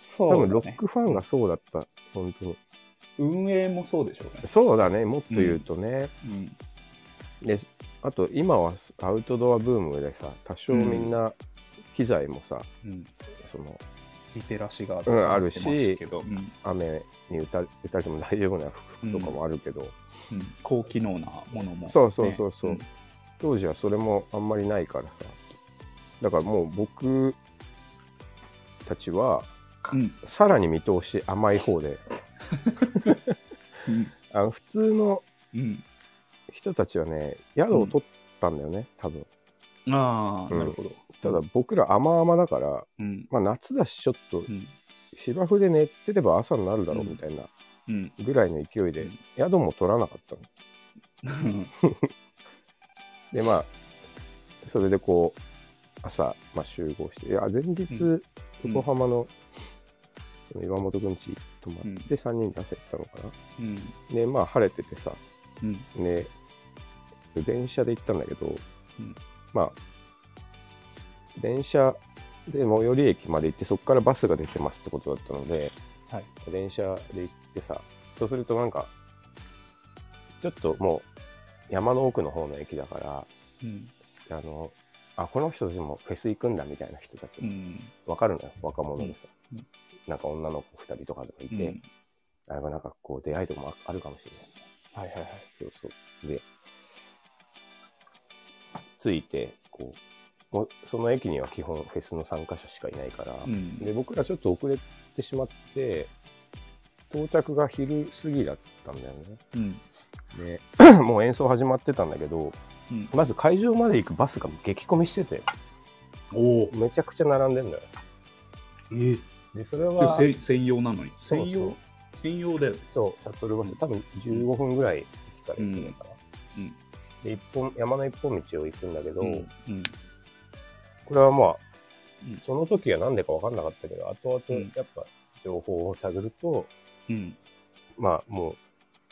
Speaker 1: そう
Speaker 2: 多
Speaker 1: だね
Speaker 2: 分ロックファンがそうだった、本当に。
Speaker 1: 運営もそうでしょうね
Speaker 2: そうだね、もっと言うとね。
Speaker 1: うん
Speaker 2: で、あと今はアウトドアブームでさ、多少みんな、機材もさ
Speaker 1: うん、
Speaker 2: その
Speaker 1: リペラシが
Speaker 2: うんあるし
Speaker 1: 出てますけど、うん
Speaker 2: 雨に打た打たれても大丈夫な服とかもあるけど、
Speaker 1: うん高機能なものも、
Speaker 2: そうそうそうそう
Speaker 1: ね
Speaker 2: 当時はそれもあんまりないからさだからもう僕たちは
Speaker 1: うん
Speaker 2: さらに見通し甘い方で
Speaker 1: うん
Speaker 2: あの普通の
Speaker 1: うん
Speaker 2: 人たちはね宿を取ったんだよね、多分
Speaker 1: うん、ああ、
Speaker 2: うん
Speaker 1: なるほど。
Speaker 2: ただ僕ら甘々だから、
Speaker 1: うん
Speaker 2: まあ、夏だしちょっと
Speaker 1: うん
Speaker 2: 芝生で寝てれば朝になるだろうみたいな
Speaker 1: うん
Speaker 2: ぐらいの勢いで、
Speaker 1: うん
Speaker 2: 宿も取らなかったのでまあそれでこう朝、まあ、集合していや前日
Speaker 1: うん
Speaker 2: 横浜のその岩本くんち泊まって3人で朝行ったのかな、
Speaker 1: うん
Speaker 2: でまあ晴れててさ
Speaker 1: うん
Speaker 2: で電車で行ったんだけど、
Speaker 1: うん
Speaker 2: まあ電車で最寄り駅まで行ってそこからバスが出てますってことだったので
Speaker 1: はい
Speaker 2: 電車で行ってさそうするとなんかちょっともう山の奥の方の駅だから
Speaker 1: うん
Speaker 2: あの、あ、この人でもフェス行くんだみたいな人たち
Speaker 1: う、ん
Speaker 2: わかるのよ、若者でさ
Speaker 1: うんうん。
Speaker 2: なんか女の子2人とかとかいて、
Speaker 1: うん
Speaker 2: あやっぱなんかこう出会いとかもああるかもしれない。
Speaker 1: はいはいはい。
Speaker 2: そうそう。で、ついて、こう、もうその駅には基本フェスの参加者しかいないから、
Speaker 1: うん
Speaker 2: で、僕らちょっと遅れてしまって、到着が昼過ぎだったんだよね。
Speaker 1: うん
Speaker 2: で、 もう演奏始まってたんだけど、
Speaker 1: うん
Speaker 2: まず会場まで行くバスが激混みしてて、
Speaker 1: おお、
Speaker 2: めちゃくちゃ並んでんだよ。
Speaker 1: ええ
Speaker 2: で、それは、
Speaker 1: せ専用なのに。
Speaker 2: そうそう
Speaker 1: 専用専用だよ。
Speaker 2: そう、シャトルバス、多分15分ぐらい駅から行くのかな。
Speaker 1: うんうん
Speaker 2: で、一本、山の一本道を行くんだけど、
Speaker 1: うんうん
Speaker 2: これはまあ
Speaker 1: うん、
Speaker 2: その時は何でか分かんなかったけど、後々
Speaker 1: うん
Speaker 2: やっぱ情報を探ると、
Speaker 1: うん
Speaker 2: まあも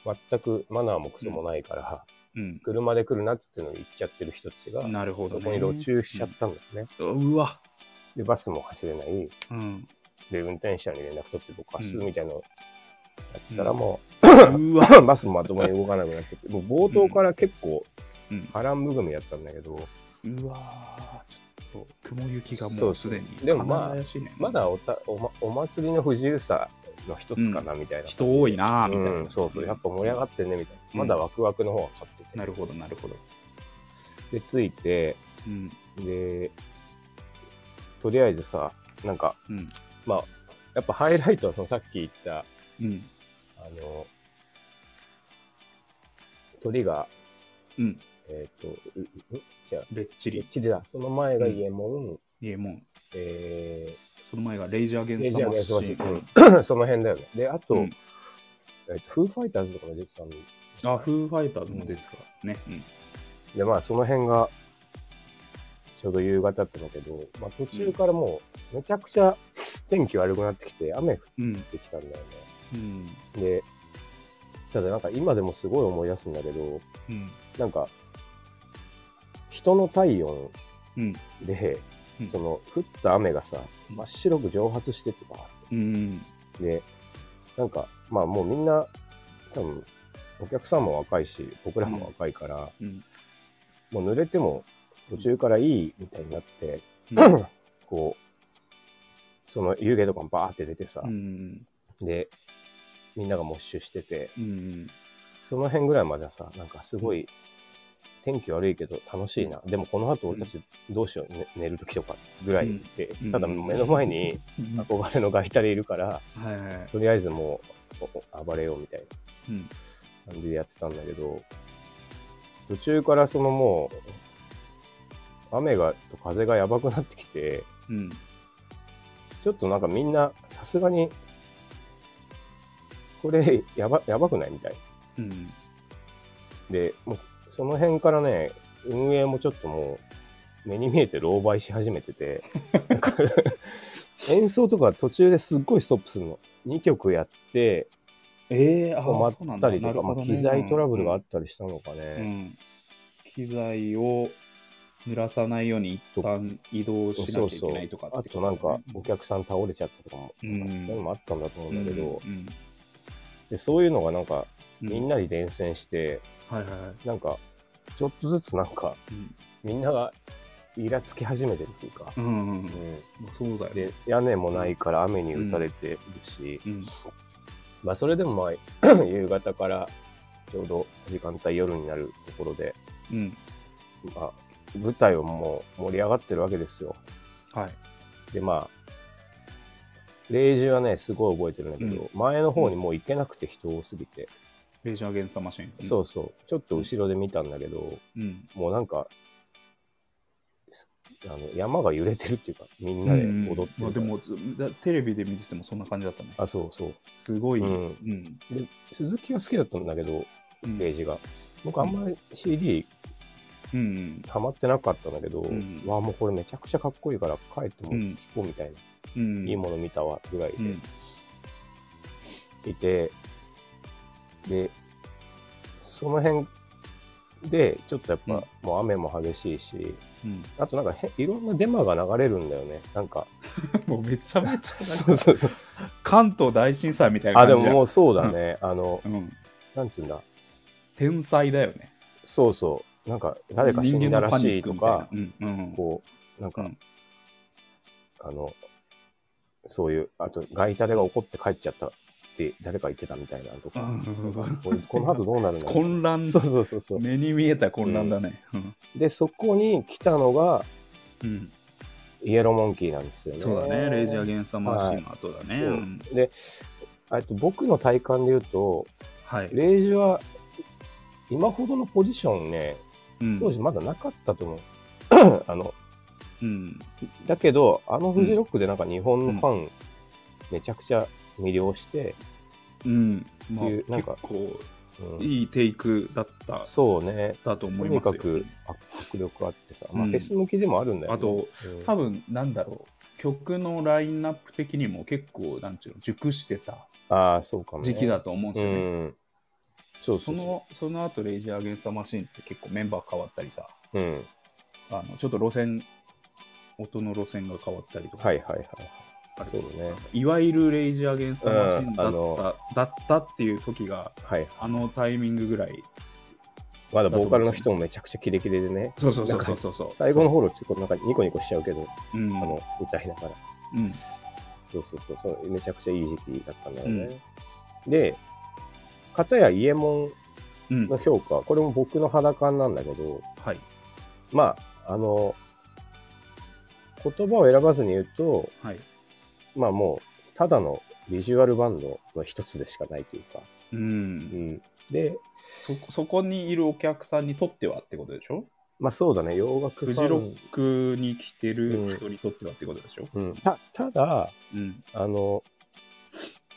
Speaker 2: う、全くマナーもクソもないから、
Speaker 1: うん
Speaker 2: 車で来るなっつってのに行っちゃってる人たちが、
Speaker 1: なるほど
Speaker 2: そ
Speaker 1: ね。
Speaker 2: こに路中しちゃったんだよね。
Speaker 1: うん。うわ。
Speaker 2: で、バスも走れない。
Speaker 1: うん。
Speaker 2: で、運転手さんに連絡取って、僕、明日
Speaker 1: うん
Speaker 2: みたいなのやってたら、
Speaker 1: うん
Speaker 2: もう、
Speaker 1: う わ。
Speaker 2: バスもまともに動かなくなってきて、もう冒頭から結構
Speaker 1: うん、
Speaker 2: 波乱含みだったんだけど、
Speaker 1: うわーちょっと雲行きが
Speaker 2: そ
Speaker 1: も
Speaker 2: う
Speaker 1: う
Speaker 2: そ
Speaker 1: す
Speaker 2: う
Speaker 1: でに
Speaker 2: でもまあ
Speaker 1: 神田怪しいね
Speaker 2: まだおたお,、ま、お祭りの不自由さの一つかなみたいな、
Speaker 1: 人多いなーみたいな、
Speaker 2: うんそうそう、やっぱ盛り上がってんねみたいな。
Speaker 1: うん
Speaker 2: まだワクワクの方が勝ってて。
Speaker 1: なるほどなるほど
Speaker 2: で、着いて、
Speaker 1: うん
Speaker 2: で、とりあえずさ、なんか、
Speaker 1: うん
Speaker 2: まあ、やっぱハイライトはそのさっき言った、
Speaker 1: うん
Speaker 2: あの、鳥が、
Speaker 1: うん
Speaker 2: えっ、と、ううじゃあ、
Speaker 1: レッチ
Speaker 2: リッ
Speaker 1: リ
Speaker 2: チリだ。その前がイエモン、
Speaker 1: イエモン
Speaker 2: え
Speaker 1: その前がレイジャーゲン
Speaker 2: ー、レ
Speaker 1: ス
Speaker 2: ジ
Speaker 1: ト
Speaker 2: ャー
Speaker 1: マ
Speaker 2: ゲ
Speaker 1: シ
Speaker 2: ンス
Speaker 1: ン
Speaker 2: マシー ンうんその辺だよね。で、あと、
Speaker 1: うん
Speaker 2: えっとフーファイターズとかも出てたんで、
Speaker 1: あフーファイターズも出てたねうん
Speaker 2: で、まあ、その辺が、ちょうど夕方だったんだけど、まあ、途中からもう、めちゃくちゃ天気悪くなってきて、雨降っ
Speaker 1: うん
Speaker 2: てきたんだよ
Speaker 1: うん
Speaker 2: ね。で、ただなんか今でもすごい思い出すんだけど、
Speaker 1: うん
Speaker 2: なんか、人の体温
Speaker 1: うん
Speaker 2: で、
Speaker 1: うん
Speaker 2: その、降った雨がさ、
Speaker 1: うん
Speaker 2: 真っ白く蒸発してってばーって。
Speaker 1: うん
Speaker 2: で、なんか、まあもうみんな、多分、お客さんも若いし、僕らも若いから、
Speaker 1: うん
Speaker 2: もう濡れても途中からいいみたいになって、
Speaker 1: うん
Speaker 2: こう、その湯気とかもバーって出てさ、
Speaker 1: うん
Speaker 2: で、みんながモッシュしてて、
Speaker 1: うん
Speaker 2: その辺ぐらいまではさ、なんかすごい、天気悪いけど楽しいな。でもこの後俺たちどうしよう、ね寝る時とかぐらいで、
Speaker 1: うん
Speaker 2: ただ目の前に
Speaker 1: うん
Speaker 2: 憧れのガイタレいるから、
Speaker 1: はいはいはい
Speaker 2: とりあえずもうおお暴れようみたいな。
Speaker 1: うん
Speaker 2: 感じでやってたんだけど、途中からそのもう、雨がと風がやばくなってきて、
Speaker 1: うん
Speaker 2: ちょっとなんかみんな、さすがに、これやば、やばくないみたい。
Speaker 1: うん
Speaker 2: で、もう、その辺からね、運営もちょっともう、目に見えて狼狽し始め てて、なんか演奏とか途中ですっごいストップするの。2曲やって、
Speaker 1: ええー、あ
Speaker 2: 止
Speaker 1: そう
Speaker 2: ま
Speaker 1: な
Speaker 2: っ
Speaker 1: ん
Speaker 2: た
Speaker 1: だ
Speaker 2: り
Speaker 1: な
Speaker 2: と
Speaker 1: る
Speaker 2: か、
Speaker 1: ほ
Speaker 2: ま
Speaker 1: ど
Speaker 2: あ
Speaker 1: ね
Speaker 2: 機材トラブルがあ
Speaker 1: う
Speaker 2: っ
Speaker 1: ん
Speaker 2: たりしたのかね。
Speaker 1: うん、機材を濡らさないように一旦移動しなきゃいけないとか
Speaker 2: あ
Speaker 1: って
Speaker 2: と
Speaker 1: こ
Speaker 2: なん
Speaker 1: だ
Speaker 2: か
Speaker 1: ね
Speaker 2: お客さん倒れちゃったとかも、
Speaker 1: うん
Speaker 2: そういうのもあったんだと思うんだけど、
Speaker 1: うん
Speaker 2: でそういうのがなんか
Speaker 1: う
Speaker 2: みんなに伝染して、
Speaker 1: はいはいはい、
Speaker 2: なんかちょっとずつなんか
Speaker 1: うん
Speaker 2: みんながイラつき始めてるっていうか、
Speaker 1: うんうん、
Speaker 2: うん、
Speaker 1: そうだよね。
Speaker 2: で屋根もないから雨に打たれてるし、
Speaker 1: うん、
Speaker 2: まあそれでもまあ 夕方からちょうど時間帯夜になるところで、
Speaker 1: うん、
Speaker 2: まあ、舞台はもう盛り上がってるわけですよ。
Speaker 1: はい。
Speaker 2: でまあ例示はねすごい覚えてるんだけど、前の方にもう行けなくて人多すぎて、
Speaker 1: レイジアゲンストマシン。
Speaker 2: そうそうちょっと後ろで見たんだけど、
Speaker 1: うん。うん。
Speaker 2: もうなんかすあの山が揺れてるっていうかみんなで踊ってるから、
Speaker 1: まあ、でもだテレビで見ててもそんな感じだったね。
Speaker 2: あそうそう
Speaker 1: すごい。う。
Speaker 2: うんんで鈴木は好きだったんだけど
Speaker 1: うん
Speaker 2: レイジが僕あんまり CD
Speaker 1: うん。
Speaker 2: ハマってなかったんだけど、
Speaker 1: うん
Speaker 2: わあもうこれめちゃくちゃかっこいいから帰っても聞こうみたいな、
Speaker 1: うん。
Speaker 2: いいもの見たわぐらいで、
Speaker 1: うん。
Speaker 2: いて、で、その辺で、ちょっとやっぱ、もう雨も激しいし、
Speaker 1: うん。
Speaker 2: あとなんかへ、いろんなデマが流れるんだよね。なんか、
Speaker 1: もうめちゃめちゃなん
Speaker 2: そう
Speaker 1: か
Speaker 2: そうそう。
Speaker 1: 関東大震災みたいな
Speaker 2: あ、で
Speaker 1: 感じ
Speaker 2: も
Speaker 1: だ
Speaker 2: もうそうだね。あの、
Speaker 1: う、うん、
Speaker 2: なんつうんだ。
Speaker 1: 天才だよね
Speaker 2: そうそう。なんか、誰か死んだらしいとか、
Speaker 1: 人間のパニックみたいなうんうん
Speaker 2: こう、なんか、
Speaker 1: うん
Speaker 2: あの、そういう、あと、外タレが怒って帰っちゃったって誰か言ってたみたいなのとか、
Speaker 1: うん
Speaker 2: これこの後どうなるんだろう
Speaker 1: 混乱
Speaker 2: そうそうそうそう。
Speaker 1: 目に見えた混乱だね
Speaker 2: で、そこに来たのが、
Speaker 1: うん、うん
Speaker 2: イエローモンキーなんですよね。
Speaker 1: そうだねレイジアゲンサマーシーの後だね、
Speaker 2: そう
Speaker 1: うん
Speaker 2: で、あと僕の体感で言うと、
Speaker 1: はい、
Speaker 2: レイジは今ほどのポジションね、
Speaker 1: うん
Speaker 2: 当時まだなかったと思う。 あの、
Speaker 1: うん、
Speaker 2: だけど、あのフジロックでなんか日本のファン、めちゃくちゃ魅了して、
Speaker 1: うんまあ、
Speaker 2: いうなん
Speaker 1: 結
Speaker 2: か
Speaker 1: 構
Speaker 2: うん
Speaker 1: いいテイクだった
Speaker 2: そうね。
Speaker 1: だと思
Speaker 2: と
Speaker 1: い
Speaker 2: に
Speaker 1: ます
Speaker 2: か
Speaker 1: よ
Speaker 2: く迫力あってさ、まあ、
Speaker 1: うん
Speaker 2: フェス向きでもあるんだよね。
Speaker 1: あと
Speaker 2: うん、
Speaker 1: 多分なんだろう曲のラインナップ的にも結構なんちゅうの熟してた
Speaker 2: ああ、そうかも、ね。
Speaker 1: 時期だと思うんで
Speaker 2: う
Speaker 1: すよね、
Speaker 2: ん。そうそ
Speaker 1: そう
Speaker 2: そ
Speaker 1: のその後レイジアゲンサマーシーンって結構メンバー変わったりさ
Speaker 2: う。うん。
Speaker 1: あのちょっと路線音の路線が変わったりとか、
Speaker 2: はいはいはい。
Speaker 1: ある
Speaker 2: そうね。
Speaker 1: いわゆるレイジアゲンストマシンだった,、
Speaker 2: うんあの
Speaker 1: だったっていう時が
Speaker 2: はい。
Speaker 1: あのタイミングぐらい
Speaker 2: まだボーカルの人もめちゃくちゃキレキレでね、
Speaker 1: そうそうそうそうそうそう
Speaker 2: 最後の頃ちょっとなんかニコニコしちゃうけど、
Speaker 1: うん
Speaker 2: あの、歌いながら。
Speaker 1: うん
Speaker 2: そうそうそうそう、めちゃくちゃいい時期だったんだよね。で、片やイエモ
Speaker 1: うん
Speaker 2: ンの評価、これも僕の肌感なんだけど、
Speaker 1: はい
Speaker 2: まあ、あの、言葉を選ばずに言うと、
Speaker 1: はい
Speaker 2: まあもう、ただのビジュアルバンドの一つでしかないというか、
Speaker 1: うん、
Speaker 2: うん。で、
Speaker 1: そそこにいるお客さんにとってはってことでしょ
Speaker 2: まあそうだね、洋楽フ
Speaker 1: フ
Speaker 2: ァン
Speaker 1: ジロックに来てる人にとってはってことでしょ
Speaker 2: うん。た、ただ、
Speaker 1: うん
Speaker 2: あの、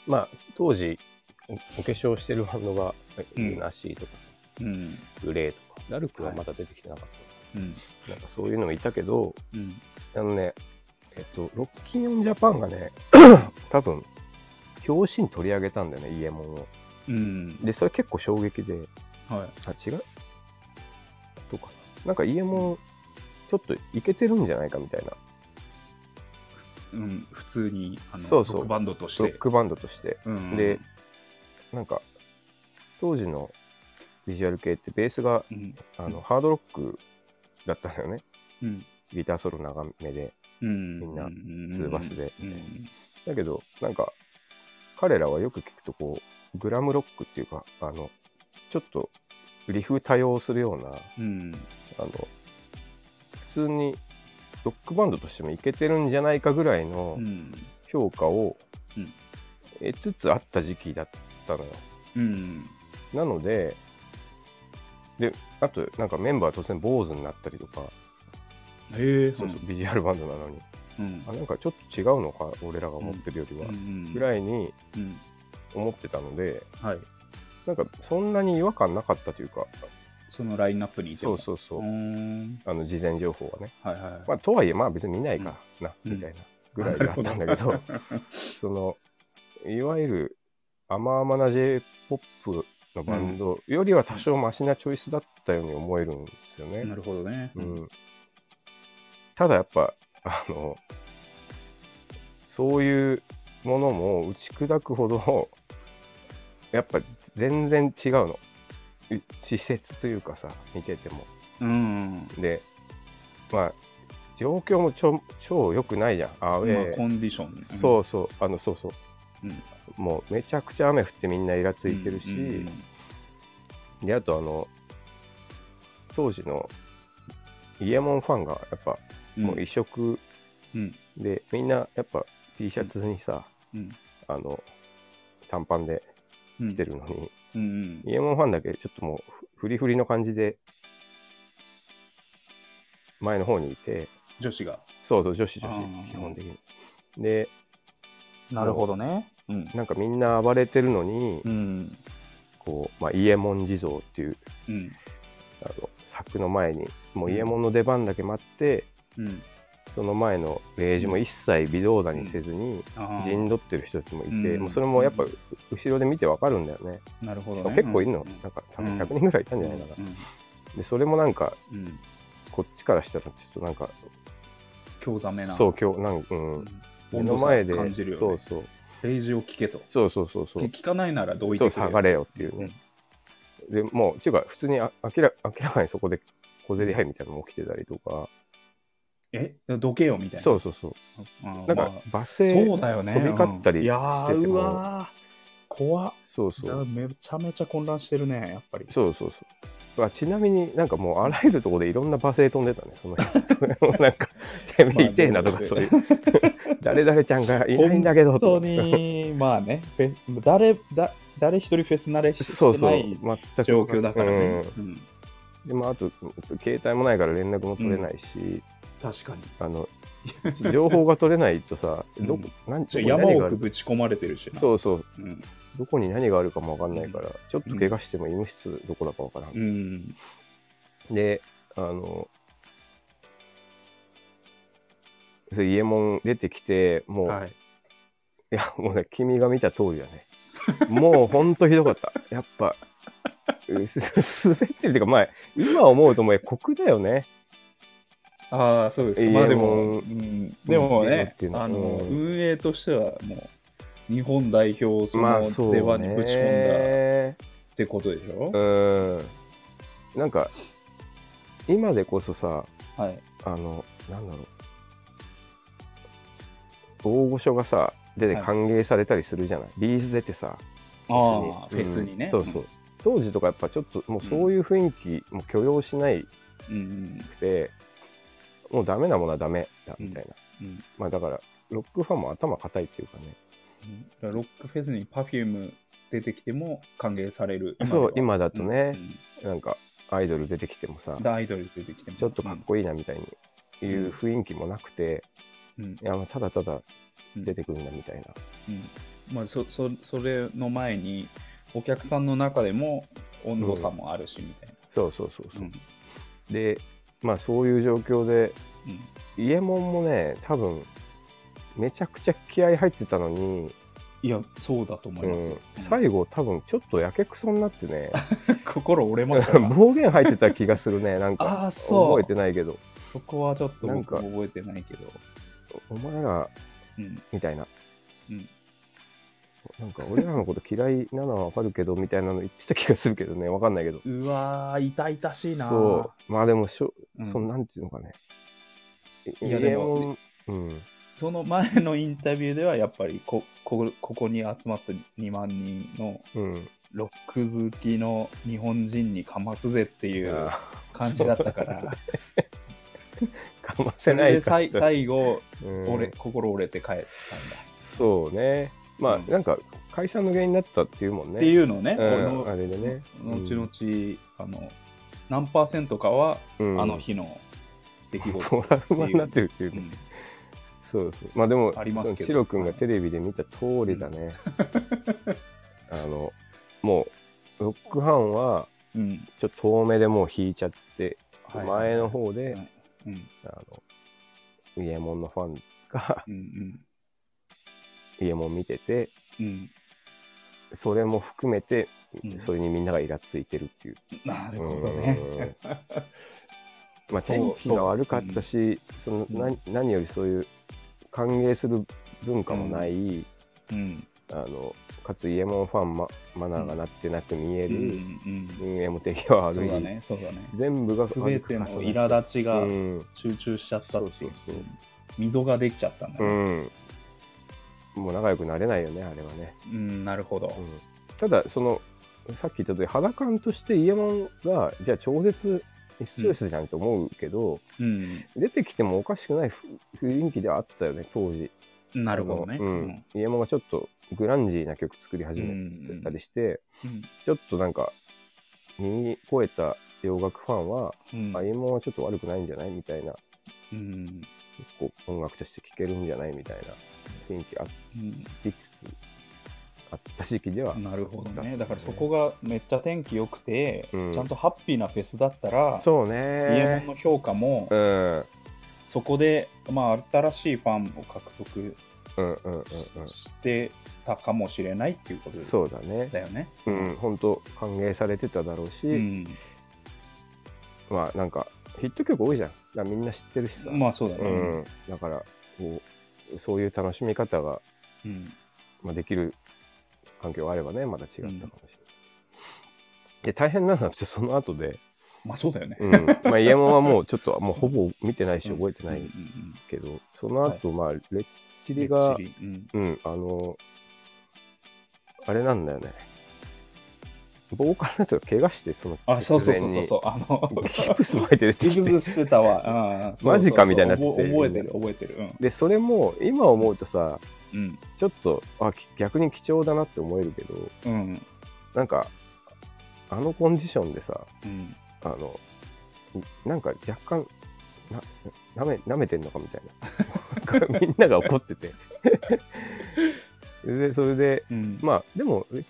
Speaker 2: まあ、当時、おお化粧してるバンドが、
Speaker 1: うん
Speaker 2: ルナシーとか、
Speaker 1: うん
Speaker 2: グレーとか、ダルクはまだ出てきてなかった。
Speaker 1: うん
Speaker 2: なんかそういうのもいたけど、
Speaker 1: うん
Speaker 2: あのね、えっと、ロッキンオンジャパンがね、 多分、表紙に取り上げたんだよね、イエモンを。
Speaker 1: うん
Speaker 2: で、それ結構衝撃で、
Speaker 1: はい
Speaker 2: あ、違うとかな。なんかイエモン、ちょっといけてるんじゃないかみたいな、
Speaker 1: うん、普通にあの
Speaker 2: そうそう
Speaker 1: ロックバンドとし
Speaker 2: ロ
Speaker 1: て
Speaker 2: ッ。クバンドとして。
Speaker 1: うん
Speaker 2: で、なんか、当時のビジュアル系ってベースが
Speaker 1: うん
Speaker 2: あのハードロックだったんだよね。
Speaker 1: うん
Speaker 2: ギターソロ長めで。
Speaker 1: うん、
Speaker 2: みんな
Speaker 1: ツ
Speaker 2: ツーバスで
Speaker 1: うん
Speaker 2: だけど、なんか、彼らはよく聞くと、こう、グラムロックっていうか、あの、ちょっと、リフ多用するような、あ
Speaker 1: うん
Speaker 2: の、普通に、ロックバンドとしてもいけてるんじゃないかぐらいの
Speaker 1: うん
Speaker 2: 評価を
Speaker 1: うん
Speaker 2: 得つつあった時期だったのよ。
Speaker 1: うん
Speaker 2: なので、で、あと、なんかメンバー突然坊主になったりとか、
Speaker 1: へえ
Speaker 2: そうそう、ビジュアルバンドなのに、
Speaker 1: うん
Speaker 2: あ、なんかちょっと違うのか、俺らが思ってるよりは
Speaker 1: う、ん
Speaker 2: ぐらいに
Speaker 1: うん
Speaker 2: 思ってたので、
Speaker 1: はい
Speaker 2: なんかそんなに違和感なかったというか、
Speaker 1: そのラインナップにいて
Speaker 2: そう
Speaker 1: も
Speaker 2: そうそう
Speaker 1: ー
Speaker 2: う、
Speaker 1: ん
Speaker 2: あの事前情報はね。
Speaker 1: はいはい
Speaker 2: まあ、とはいえ、まあ別に見ないかな、
Speaker 1: うん
Speaker 2: みたいなぐらいだったんだけど、 その、いわゆる甘々な J-POP のバンドよりは多少マシなチョイスだったように思えるんですよね。
Speaker 1: なるほど ね
Speaker 2: うん、ただやっぱあのそういうものも打ち砕くほどやっぱ全然違うのう施設というかさ見てても
Speaker 1: うん
Speaker 2: でまあ状況もちょ超良くないじゃん。アウ
Speaker 1: まあ
Speaker 2: ェ
Speaker 1: コ
Speaker 2: ー。
Speaker 1: ンディションね。
Speaker 2: そううそう、あの、そうそう。
Speaker 1: うん
Speaker 2: もうめちゃくちゃ雨降ってみんなイラついてるし、
Speaker 1: んうんうん
Speaker 2: で、あとあの、当時のイエモンファンがやっぱもう一色
Speaker 1: うん
Speaker 2: で、みんなやっぱ T シャツにさ、
Speaker 1: うん
Speaker 2: あの、短パンで
Speaker 1: うん
Speaker 2: 来てるのに、
Speaker 1: うんうん
Speaker 2: イエモンファンだけちょっともうふフリフリの感じで前の方にいて、
Speaker 1: 女子が。
Speaker 2: そうそう、女子女
Speaker 1: あー
Speaker 2: 子、基本的に。で、
Speaker 1: なるほどね。うん。
Speaker 2: なんかみんな暴れてるのに、
Speaker 1: うん。
Speaker 2: こう、まあ、イエモン地蔵っていう、
Speaker 1: うん。
Speaker 2: あの、柵の前に、もうイエモンの出番だけ待って、
Speaker 1: うん。
Speaker 2: その前の例示も一切微動だにせずに
Speaker 1: あー
Speaker 2: 陣取ってる人たちもいて、
Speaker 1: うん
Speaker 2: もうそれもやっぱ後ろで見てわかるんだよね。
Speaker 1: なるほ
Speaker 2: し
Speaker 1: どね。
Speaker 2: かも結構いるの、
Speaker 1: うん
Speaker 2: なんか多
Speaker 1: う
Speaker 2: 分
Speaker 1: ん
Speaker 2: 100人ぐらいいたんじゃないかな。で、それもなんか、
Speaker 1: うんうん。
Speaker 2: こっちからしたらちょっとなんか、
Speaker 1: 強ざめな。
Speaker 2: そう、今日、なんうん、目
Speaker 1: 温度
Speaker 2: の前
Speaker 1: 前
Speaker 2: で、
Speaker 1: で感じるよ、ね。
Speaker 2: そうそう、
Speaker 1: ページを聞けと。
Speaker 2: そうそうそうそう、
Speaker 1: 聞かないならどうい
Speaker 2: そう、
Speaker 1: て
Speaker 2: 下がれよっていうね。でもう、っていうか、普通にあ明ら明らかにそこで小競り合いみたいなのも起きてたりとか、
Speaker 1: えどけよみたいな。
Speaker 2: そうそうそう、
Speaker 1: あー
Speaker 2: なん
Speaker 1: ま
Speaker 2: か
Speaker 1: あ
Speaker 2: 罵
Speaker 1: そう
Speaker 2: 声、
Speaker 1: だよね。
Speaker 2: 飛び交ったり
Speaker 1: うんいやー
Speaker 2: してて
Speaker 1: う
Speaker 2: も
Speaker 1: わー怖っ
Speaker 2: そうそう
Speaker 1: だめちゃめちゃ混乱してるね、やっぱり。
Speaker 2: そうそうそう。あちなみになんかもうあらゆるところでいろんな罵声飛んでたね、その人。 なんか、てめえ痛えなと
Speaker 1: まあ
Speaker 2: か
Speaker 1: ね
Speaker 2: そういう。誰々ちゃんがいないんだけど
Speaker 1: 本
Speaker 2: と
Speaker 1: 当
Speaker 2: か。
Speaker 1: に、まあね、フェス誰だ誰一人フェス慣れし
Speaker 2: そう
Speaker 1: て
Speaker 2: そう。
Speaker 1: ない
Speaker 2: 全く。
Speaker 1: 状況だからね。
Speaker 2: う
Speaker 1: うん
Speaker 2: んで、まあ、あと、携帯もないから連絡も取れないし、
Speaker 1: 確かに。
Speaker 2: あの、情報が取れないとさ、
Speaker 1: うん
Speaker 2: どこ、なん
Speaker 1: ちょ
Speaker 2: どこに
Speaker 1: 山
Speaker 2: 何があ
Speaker 1: 奥
Speaker 2: る
Speaker 1: ぶち込まれてるしな。
Speaker 2: そうそう。
Speaker 1: うん。
Speaker 2: どこに何があるかもわかんないから、ちょっと怪我しても医務室どこだかわからん
Speaker 1: う。ん。
Speaker 2: で、あの、それ家門出てきて、もう、
Speaker 1: はい。
Speaker 2: いや、もうね、君が見た通りだね。もうほんとひどかった。 やっぱ、うす滑ってるっていうか、まあ、今思うともう酷だよね。
Speaker 1: ああ、そうですか。
Speaker 2: いや
Speaker 1: まあでも、
Speaker 2: も
Speaker 1: う
Speaker 2: う
Speaker 1: んでも
Speaker 2: なん
Speaker 1: ね
Speaker 2: ていう、の
Speaker 1: あの、
Speaker 2: うん
Speaker 1: 運営としてはもう、日本代表をそ
Speaker 2: ま
Speaker 1: の
Speaker 2: あ、そう、ね。
Speaker 1: 出番にぶち込んだってことでしょ、
Speaker 2: うん。なんか、今でこそさ、
Speaker 1: はい。
Speaker 2: あの、なんだろう。大御所がさ、出て
Speaker 1: はい
Speaker 2: 歓迎されたりするじゃない。ビーズ出てさ、
Speaker 1: ああ、フ
Speaker 2: に
Speaker 1: ェスにね。
Speaker 2: うんそうそう。当時とかやっぱちょっともうそういう雰囲気も許容しない
Speaker 1: うん。うん
Speaker 2: くてもうダメなものはダメだみたいな、
Speaker 1: うんうん
Speaker 2: まあだからロックファンも頭固いっていうかね
Speaker 1: うんだからロックフェスに Perfume 出てきても歓迎される。
Speaker 2: そう
Speaker 1: では
Speaker 2: 今だとね、
Speaker 1: うん
Speaker 2: なんかアイドル出てきてもさ
Speaker 1: でアイドル出てきても
Speaker 2: ちょっとかっこいいなみたいにいう雰囲気もなくて、
Speaker 1: うん
Speaker 2: いやまあただただ出てくるんだみたいな、
Speaker 1: うんまあ、そそそれの前にお客さんの中でも温度差もあるしみたいな。
Speaker 2: そうそうそうそう、
Speaker 1: うん
Speaker 2: でまあそういう状況で
Speaker 1: うん
Speaker 2: イエモンもね多分めちゃくちゃ気合入ってたのに、
Speaker 1: いやそうだと思いますよ、
Speaker 2: うん最後多分ちょっとやけくそになってね
Speaker 1: うん心折れました が
Speaker 2: 暴言入ってた気がするねなん
Speaker 1: あ
Speaker 2: か
Speaker 1: ーそう
Speaker 2: 覚えてないけど
Speaker 1: そこはちょっと
Speaker 2: なん
Speaker 1: 僕
Speaker 2: か
Speaker 1: も覚えてないけど、
Speaker 2: お前ら
Speaker 1: うん
Speaker 2: みたいな
Speaker 1: うん、
Speaker 2: なんか俺らのこと嫌いなのはわかるけどみたいなの言ってた気がするけどねわかんないけど
Speaker 1: うわー痛々しいな
Speaker 2: そうまあでもしょ、
Speaker 1: うん
Speaker 2: そのなんていうのかね
Speaker 1: いやでも
Speaker 2: 家門うん
Speaker 1: その前のインタビューではやっぱりここここに集まった2万人の
Speaker 2: うん
Speaker 1: ロック好きの日本人にかますぜって
Speaker 2: い
Speaker 1: いう
Speaker 2: や
Speaker 1: 感じだった から
Speaker 2: かま
Speaker 1: そ
Speaker 2: せな
Speaker 1: れ
Speaker 2: い
Speaker 1: で
Speaker 2: か
Speaker 1: さい最後
Speaker 2: うん
Speaker 1: 折れ、心折れて帰ったんだ、
Speaker 2: そうねまあ、
Speaker 1: うん
Speaker 2: なんか解散の原因になったっていうもんね
Speaker 1: っていうのをね、
Speaker 2: うん
Speaker 1: 俺の
Speaker 2: あれでね
Speaker 1: 後々、あの何パーセントかは、
Speaker 2: うん
Speaker 1: あの日の出来事、
Speaker 2: トラウマになってるっていう
Speaker 1: う
Speaker 2: か、
Speaker 1: ん
Speaker 2: そうそうまあでも
Speaker 1: ありますけど
Speaker 2: そのチロ君がテレビで見た通りだね、 あのもうロックファンは
Speaker 1: うん
Speaker 2: ちょっと遠目でもう引いちゃって、
Speaker 1: はい
Speaker 2: 前の方で、
Speaker 1: はいうん
Speaker 2: あのイエモンのファンが
Speaker 1: うんうん
Speaker 2: イエモン見てて
Speaker 1: うん、
Speaker 2: それも含めて、
Speaker 1: うん
Speaker 2: それにみんながイラついてるっていう
Speaker 1: なるほどね。
Speaker 2: まあ
Speaker 1: そう
Speaker 2: 天気が悪かったしその、な何よりそういう歓迎する文化もない、
Speaker 1: うん、
Speaker 2: あのかつ伊右衛門ファン、ま、マナーがなってなく見え
Speaker 1: うん
Speaker 2: る、
Speaker 1: うん
Speaker 2: 運営も敵は
Speaker 1: そ
Speaker 2: 悪
Speaker 1: う
Speaker 2: い、
Speaker 1: だねそうだね
Speaker 2: 全部が
Speaker 1: 全ての
Speaker 2: 悪く重なっ
Speaker 1: 苛立ち
Speaker 2: て
Speaker 1: が
Speaker 2: うん
Speaker 1: 集中しちゃったっていう
Speaker 2: そうそうそう
Speaker 1: 溝ができちゃったんだ
Speaker 2: う
Speaker 1: ね
Speaker 2: ん、もう仲良くなれないよねあれはね、
Speaker 1: うんなるほど
Speaker 2: うんただそのさっき言った通り肌感として伊右衛門がじゃあ超絶エスチョイスじゃんと思うけど、
Speaker 1: うん
Speaker 2: 出てきてもおかしくないふ雰囲気ではあったよね当時
Speaker 1: なるほどね
Speaker 2: あのうん伊右衛門がちょっとグランジーな曲作り始めてたりして、
Speaker 1: うん
Speaker 2: ちょっとなんか耳に超えた洋楽ファンは、
Speaker 1: うん
Speaker 2: あ伊右衛門はちょっと悪くないんじゃないみたいな
Speaker 1: うん
Speaker 2: こう音楽として聴けるんじゃないみたいな雰囲気あっ
Speaker 1: うん
Speaker 2: てきつつあった時期では
Speaker 1: なるほどねだからそこがめっちゃ天気良くて、
Speaker 2: うん
Speaker 1: ちゃんとハッピーなフェスだったら
Speaker 2: そう
Speaker 1: 伊右衛門
Speaker 2: ね
Speaker 1: の評価も、
Speaker 2: うんうん
Speaker 1: そこで、まあ、新しいファンを獲得
Speaker 2: うんうんうん
Speaker 1: してたかもしれないっていうことです
Speaker 2: そうだね
Speaker 1: だよね。
Speaker 2: うん本当歓迎されてただろうし、
Speaker 1: うん、
Speaker 2: まあなんかヒット曲多いじゃんだからみんな知ってるしさ、
Speaker 1: まあそうだ
Speaker 2: う
Speaker 1: ね。
Speaker 2: ん、だからこうそういう楽しみ方が、
Speaker 1: うん
Speaker 2: まあ、できる環境があればねまだ違ったかもしれない、で大変なのはちょっとその後で、
Speaker 1: まあそうだよね。
Speaker 2: うんまあ、家門はもうちょっともうほぼ見てないし
Speaker 1: うん
Speaker 2: 覚えてな
Speaker 1: うん
Speaker 2: い
Speaker 1: うん
Speaker 2: けど、その後、まあレッチ
Speaker 1: うん
Speaker 2: リが
Speaker 1: レッチリうん
Speaker 2: うんあのあれなんだよねボーカルのやつが怪我してその
Speaker 1: あ、そうそうそ
Speaker 2: 直
Speaker 1: うそう
Speaker 2: 前に
Speaker 1: そう。あ の、
Speaker 2: ギプス巻いて出て
Speaker 1: ギ
Speaker 2: きて
Speaker 1: ブスしてたわ。うん
Speaker 2: マジかみたいになってて
Speaker 1: そうそうそう覚えてる、覚えてる。
Speaker 2: でそれも今思うとさ
Speaker 1: うん。
Speaker 2: ちょっとあき逆に貴重だなって思えるけど
Speaker 1: うん。うん。
Speaker 2: なんかあのコンディションでさ
Speaker 1: うん
Speaker 2: あのなんか若干ななめなめてんのかみたいななんか みんなが怒っててでそれで
Speaker 1: うん。
Speaker 2: まあでもレ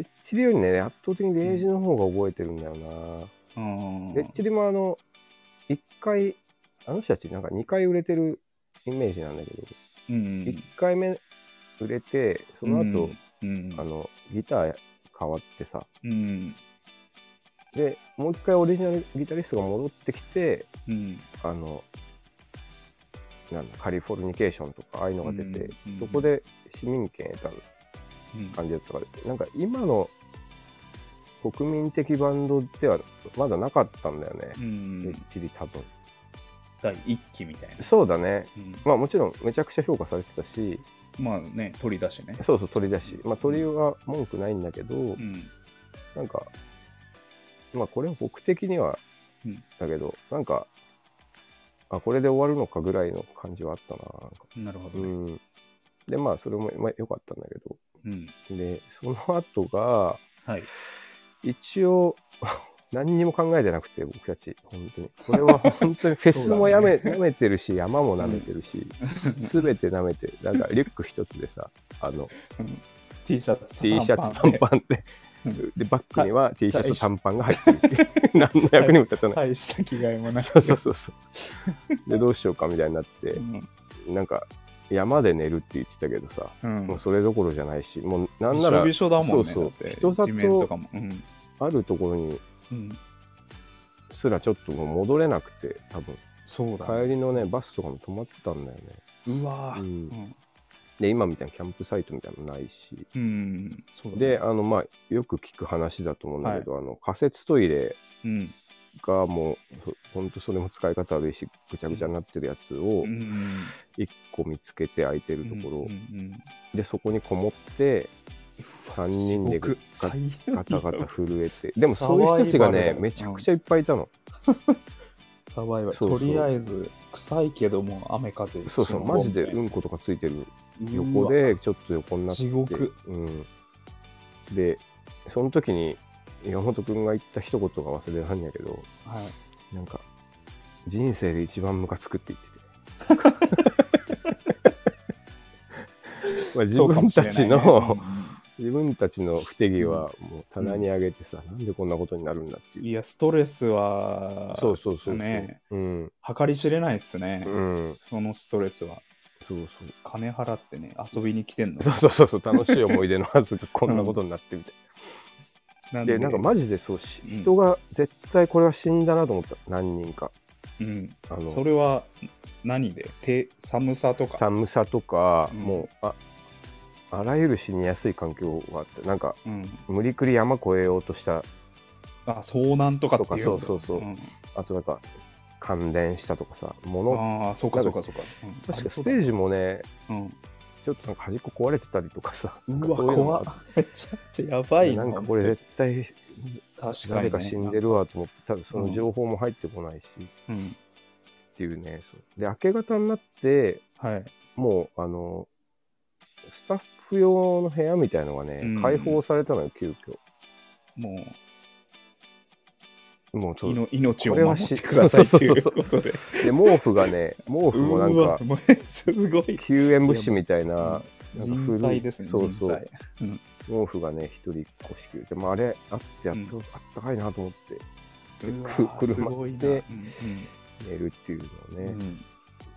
Speaker 2: レッチリよりね圧倒的にレイジの方が覚えてるんだよな、
Speaker 1: うん
Speaker 2: レッチリもあの1回あの人たちなんか2回売れてるイメージなんだけど
Speaker 1: うん
Speaker 2: 1回目売れてその後、
Speaker 1: うん
Speaker 2: あのギター変わってさ
Speaker 1: うん
Speaker 2: でもう一回オリジナルギタリストが戻ってきて
Speaker 1: うん
Speaker 2: あのなんだカリフォルニケーションとかああいうのが出て、
Speaker 1: うんうん
Speaker 2: そこで市民権得た
Speaker 1: うん
Speaker 2: 感じだったからなんか今の国民的バンドではまだなかったんだよね
Speaker 1: う、
Speaker 2: レ
Speaker 1: ん
Speaker 2: ッチリ多分
Speaker 1: 第一期みたいな、
Speaker 2: そうだね
Speaker 1: うん
Speaker 2: まあもちろんめちゃくちゃ評価されてたし
Speaker 1: まあね鳥だしね
Speaker 2: そうそう鳥だしまあ鳥は文句ないんだけど、
Speaker 1: うん
Speaker 2: なんか、まあこれは僕的には
Speaker 1: うん、
Speaker 2: だけど、なんか、あ、これで終わるのかぐらいの感じはあったな。な
Speaker 1: な
Speaker 2: んか
Speaker 1: るほ
Speaker 2: う
Speaker 1: どね
Speaker 2: ん。で、まあそれも、まあ、良かったんだけど。
Speaker 1: うん
Speaker 2: で、その後が、
Speaker 1: はい
Speaker 2: 一応、 何にも考えてなくて、僕たち、本当に。これは本 当にフェスもやめ、舐めてるし、山も舐めてるし、すべて舐めて、なんかリュック一つでさ、あの、
Speaker 1: T シャツ
Speaker 2: T シャツ短パンで
Speaker 1: うん、
Speaker 2: で、バッグには T シャツ短パンが入ってる っていう、何の役にも立たない。
Speaker 1: 大した着替えもな
Speaker 2: そうそうそうそう。で、どうしようかみたいになって
Speaker 1: う、ん
Speaker 2: なんか、山で寝るって言ってたけどさ、
Speaker 1: うん
Speaker 2: もうそれどころじゃないし、もうなん
Speaker 1: び
Speaker 2: な
Speaker 1: しょ
Speaker 2: ら、
Speaker 1: びしょだもんね
Speaker 2: そうそう
Speaker 1: だって
Speaker 2: 人里
Speaker 1: 地面とかもうん
Speaker 2: あるところに
Speaker 1: うん
Speaker 2: すらちょっともう戻れなくて、多分、
Speaker 1: そうだ
Speaker 2: 帰りのね、バスとかも止まってたんだよね。
Speaker 1: うわ
Speaker 2: う
Speaker 1: ー
Speaker 2: んで、今みたいなキャンプサイトみたいなのないし、
Speaker 1: うんうんそうだね
Speaker 2: で、あの、まあ、よく聞く話だと思うんだけど、あの、仮設トイレ、
Speaker 1: うん
Speaker 2: がもう本当それも使い方悪いしぐちゃぐちゃになってるやつを
Speaker 1: うん
Speaker 2: 1個見つけて空いて
Speaker 1: う
Speaker 2: る
Speaker 1: ん
Speaker 2: ところ、
Speaker 1: うんうん
Speaker 2: でそこにこもって3人で
Speaker 1: 地獄
Speaker 2: ガ
Speaker 1: 最悪
Speaker 2: ガタガタ震え てでもそういう人たちが
Speaker 1: サバイバル
Speaker 2: ね
Speaker 1: だ
Speaker 2: めちゃくちゃいっぱいいたの、
Speaker 1: サバイバル
Speaker 2: そうそう
Speaker 1: とりあえず臭いけども雨風
Speaker 2: そうそうマジで
Speaker 1: う
Speaker 2: うんんことかついてる
Speaker 1: う
Speaker 2: 横
Speaker 1: わ
Speaker 2: でちょっと横になって
Speaker 1: 地獄
Speaker 2: うん、でその時に山本君が言った一言が忘れられないんだけど
Speaker 1: はい
Speaker 2: なんか人生で一番ムカつくって言ってて。 まあ自
Speaker 1: そうかも
Speaker 2: 分
Speaker 1: しれ
Speaker 2: た
Speaker 1: ないね
Speaker 2: ちの、
Speaker 1: うん
Speaker 2: 自分たちの不手際はもう棚に上げてさ、なんでこんなことになるんだっていう。
Speaker 1: いや、ストレスは、
Speaker 2: そうそうそうそう。
Speaker 1: ね
Speaker 2: うん。
Speaker 1: 計り知れないっすね。
Speaker 2: うん。
Speaker 1: そのストレスは。
Speaker 2: そうそう。
Speaker 1: 金払ってね、遊びに来てんの。
Speaker 2: そうそうそうそう。楽しい思い出のはずがこんなことになってみたい
Speaker 1: な
Speaker 2: な。
Speaker 1: んで
Speaker 2: で、なんかマジでそうし、
Speaker 1: うん
Speaker 2: 人が絶対これは死んだなと思った。何人か。
Speaker 1: うん。
Speaker 2: あ
Speaker 1: そ
Speaker 2: の、
Speaker 1: れは、何で手寒さとか。
Speaker 2: 寒さとか、
Speaker 1: うん
Speaker 2: もう、あ、あらゆる死にやすい環境があって、なんか、
Speaker 1: うん、
Speaker 2: 無理くり山越えようとした、
Speaker 1: あ遭難とかっていう
Speaker 2: とかそうそうそうんあとなんか、感電したとかさ、物、
Speaker 1: ああそうかそうかそうか、うん、
Speaker 2: 確かステ
Speaker 1: あ
Speaker 2: ー
Speaker 1: り
Speaker 2: ジもね、
Speaker 1: そうだうん
Speaker 2: ちょっとなんか端っこ壊れてたりとかさ、なんか
Speaker 1: うわ
Speaker 2: そういうのがあ
Speaker 1: 怖
Speaker 2: っ
Speaker 1: ってめちゃくちゃやばい
Speaker 2: なんかこれ絶対
Speaker 1: 確かに、
Speaker 2: 誰
Speaker 1: ね、
Speaker 2: か死んでるわと思って、ただその情報も入ってこないし、っ
Speaker 1: うん
Speaker 2: ていうね、そうで、明け方になって、
Speaker 1: はい
Speaker 2: もう、あの、スタッフ用の部屋みたいのがね、
Speaker 1: うん
Speaker 2: 開放されたのよ、急遽。
Speaker 1: もう
Speaker 2: もうちょ
Speaker 1: い
Speaker 2: っ
Speaker 1: の命を
Speaker 2: これは
Speaker 1: 守
Speaker 2: し
Speaker 1: ってくださいと
Speaker 2: そう
Speaker 1: い
Speaker 2: そう
Speaker 1: う
Speaker 2: そうそ
Speaker 1: ことで。
Speaker 2: と。で、毛布が ね、毛布もなん
Speaker 1: うわ
Speaker 2: か、、
Speaker 1: もうすごい。
Speaker 2: 救援物資みたいななんか古い
Speaker 1: 人材ですね、
Speaker 2: そうそう
Speaker 1: 人材。
Speaker 2: 毛布がね、一人一個支給。でもあれ、あってやっと、
Speaker 1: う
Speaker 2: あったかいなと思って、
Speaker 1: うわ
Speaker 2: く
Speaker 1: す
Speaker 2: 車
Speaker 1: ごいな
Speaker 2: で
Speaker 1: う
Speaker 2: 寝るっていうの
Speaker 1: んう
Speaker 2: は
Speaker 1: ん
Speaker 2: ね。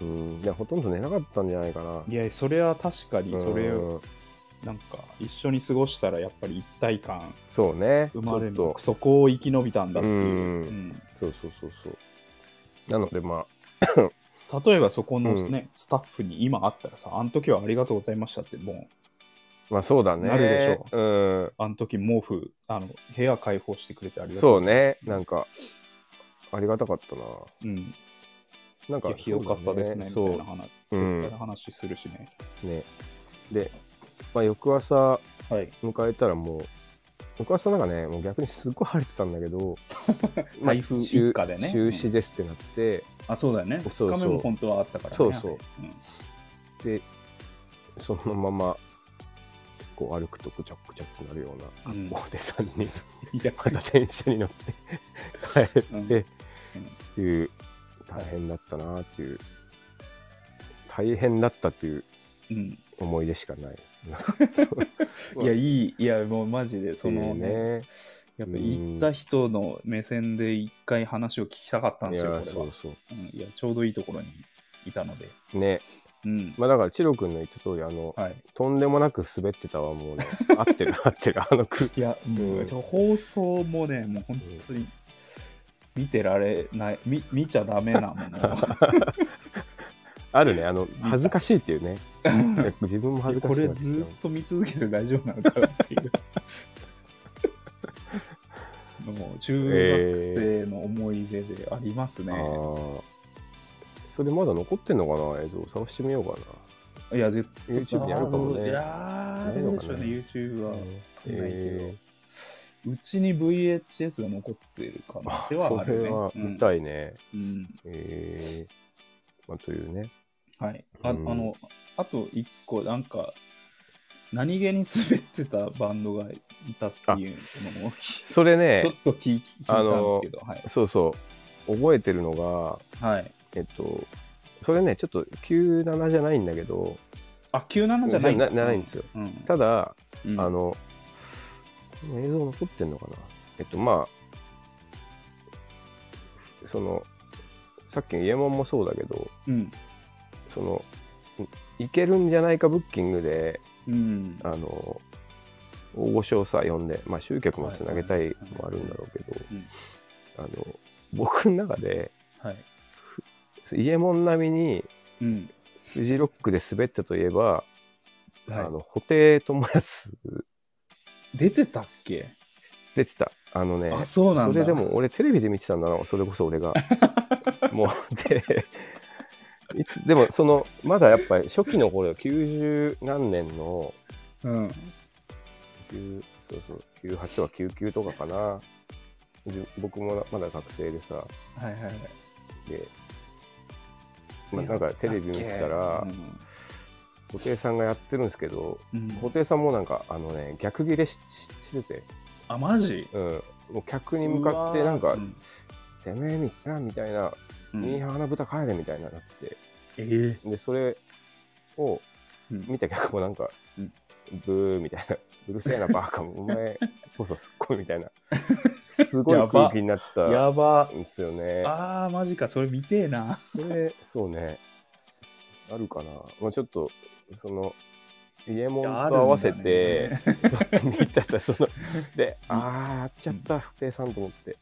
Speaker 1: うん
Speaker 2: うん。いや、ほとんど寝なかったんじゃないかな。
Speaker 1: いや、それは確かに、それ
Speaker 2: う
Speaker 1: を、
Speaker 2: ん
Speaker 1: なんか、一緒に過ごしたら、やっぱり一体感
Speaker 2: そうね。ち
Speaker 1: 生まれ
Speaker 2: ょっ
Speaker 1: る
Speaker 2: と。
Speaker 1: そこを生き延びたんだっていう。
Speaker 2: うん
Speaker 1: うん
Speaker 2: そうそうそうそう。なので、まあ、
Speaker 1: 例えば、そこの
Speaker 2: うん
Speaker 1: ね、スタッフに今あったらさ、あの時はありがとうございましたって、もう、
Speaker 2: まあそうだね。
Speaker 1: なるでしょ
Speaker 2: う。うん。
Speaker 1: あの時毛布、あの、部屋開放してくれてありがとう。
Speaker 2: そうね、なんか、ありがたかったな。
Speaker 1: うん。い
Speaker 2: なんか、
Speaker 1: や、ひどかったですね、みた
Speaker 2: そ
Speaker 1: いうな話。
Speaker 2: う
Speaker 1: そうい
Speaker 2: ん
Speaker 1: った話するしね。
Speaker 2: ね。で、まあ、翌朝
Speaker 1: はい。
Speaker 2: 迎えたらもう、翌朝なんかね、もう逆にすっごい晴れてたんだけど、 まあ
Speaker 1: 台風
Speaker 2: 中
Speaker 1: 一過でね
Speaker 2: 中止ですってなって、
Speaker 1: あ、そうだよね。
Speaker 2: そうそう
Speaker 1: 2日目も本当はあったからね。
Speaker 2: そうそう
Speaker 1: あれ。ん
Speaker 2: で、そのまま、こう歩くとぐちゃぐちゃってなるよう
Speaker 1: うん
Speaker 2: な格好で3人、
Speaker 1: いや、
Speaker 2: また電車に乗って帰って、
Speaker 1: うん
Speaker 2: っていう、大変だったなっていう、大変だったっていう
Speaker 1: うん、
Speaker 2: 思い出し かない。
Speaker 1: いや、いい、いや、もうマジで、そ
Speaker 2: その
Speaker 1: のね、
Speaker 2: ね。
Speaker 1: やっぱ行った人の目線で一回話を聞きたかったん
Speaker 2: い
Speaker 1: ですよ、
Speaker 2: や、
Speaker 1: これ
Speaker 2: そ
Speaker 1: は
Speaker 2: う。そ
Speaker 1: うんいや、ちょうどいいところにいたので。
Speaker 2: う。ね。
Speaker 1: うん。
Speaker 2: まあだから、チロ君の言った通り、あの、
Speaker 1: はい。
Speaker 2: とんでもなく滑ってたわ、もうね。合 ってる、合ってる。あの空
Speaker 1: いや、もう、
Speaker 2: うん
Speaker 1: ちょ放送もね、もう本当に見てられない、見見ちゃダメな もの。
Speaker 2: あるね、あの、恥ずかしいっていうね。自分も恥ずか
Speaker 1: こ
Speaker 2: しい
Speaker 1: れ
Speaker 2: なってき
Speaker 1: ず
Speaker 2: た
Speaker 1: っと見続けて大丈夫なのかなっていう。 もう中学生の思い出でありますね
Speaker 2: あ。ーそれまだ残ってんのかな映像探してみようか
Speaker 1: いや、絶
Speaker 2: YouTube にあるかもね
Speaker 1: いや
Speaker 2: ない
Speaker 1: ー、ど
Speaker 2: の
Speaker 1: うで
Speaker 2: か
Speaker 1: し
Speaker 2: ね
Speaker 1: ょうね、YouTube
Speaker 2: な
Speaker 1: は。。
Speaker 2: え
Speaker 1: ないけど
Speaker 2: ー
Speaker 1: うちに VHS が残ってる可能性は
Speaker 2: そ
Speaker 1: ある
Speaker 2: れ
Speaker 1: ね。
Speaker 2: は
Speaker 1: う
Speaker 2: 見
Speaker 1: ん
Speaker 2: たいね。
Speaker 1: うん
Speaker 2: えーまあ、というね。
Speaker 1: はい。ああ
Speaker 2: うん
Speaker 1: の、あと一個、なんか、何気に滑ってたバンドがいたっていうの も、ち
Speaker 2: それね
Speaker 1: ょっ、と聞い聞いたんですけど、はい。
Speaker 2: そうそう、覚えてるのが、
Speaker 1: はい。
Speaker 2: えっと、それね、ちょっと97じゃないんだけど、
Speaker 1: あ、97じゃないんだ
Speaker 2: じゃなないんですよ。
Speaker 1: うん。
Speaker 2: ただ、
Speaker 1: うん
Speaker 2: あの、映像残ってんのかなえっと、まあ、その、さっきの家門もそうだけど、
Speaker 1: うん。
Speaker 2: その、いけるんじゃないかブッキングで、
Speaker 1: うん。
Speaker 2: あの、大御所をさ、呼んで、まあ、集客もつなげたいもあるんだろうけど
Speaker 1: うん、
Speaker 2: あの、僕の中で、
Speaker 1: はい。
Speaker 2: 家門並みに、
Speaker 1: うん。
Speaker 2: フジロックで滑ったといえば、
Speaker 1: はい
Speaker 2: あの、布袋友康
Speaker 1: 出てたっけ
Speaker 2: 出てた。あのね、
Speaker 1: あそうなんだ
Speaker 2: れでも俺テレビで見てたんだな、それこ そ俺が。もう、で、いつ、でもその、まだやっぱり初期の頃よ、90何年の、
Speaker 1: うん。
Speaker 2: 9そうそう、98とか99とかかな。じゅ僕もまだ学生でさ、
Speaker 1: はいはいはい。
Speaker 2: で、まあ、なんかテレビ見てたら、布袋さんがやってるんですけど、
Speaker 1: うん、う
Speaker 2: 布
Speaker 1: ん、
Speaker 2: 袋さんもなんかあのね逆ギレしししてて、
Speaker 1: あ、マジ
Speaker 2: うん、もう客に向かってなん
Speaker 1: うわ
Speaker 2: か
Speaker 1: うん
Speaker 2: 「てめえみたいな」みたいな「
Speaker 1: うん
Speaker 2: ミーハーな豚帰れ」みたいななって
Speaker 1: えー
Speaker 2: てでそれを
Speaker 1: うん
Speaker 2: 見た客もなんか「
Speaker 1: うん
Speaker 2: ブー」みたいな「うるせえなバ カもお前こそすっごい」みたいなすごい空気になってた
Speaker 1: やば
Speaker 2: ん。ですよね
Speaker 1: あー、マジか、それ見てえな。
Speaker 2: それそうねあるかな、まあ、ちょっとその家門と合わせて、
Speaker 1: いやあるんだね
Speaker 2: 見たらそのでああやっちゃった布袋さんと思って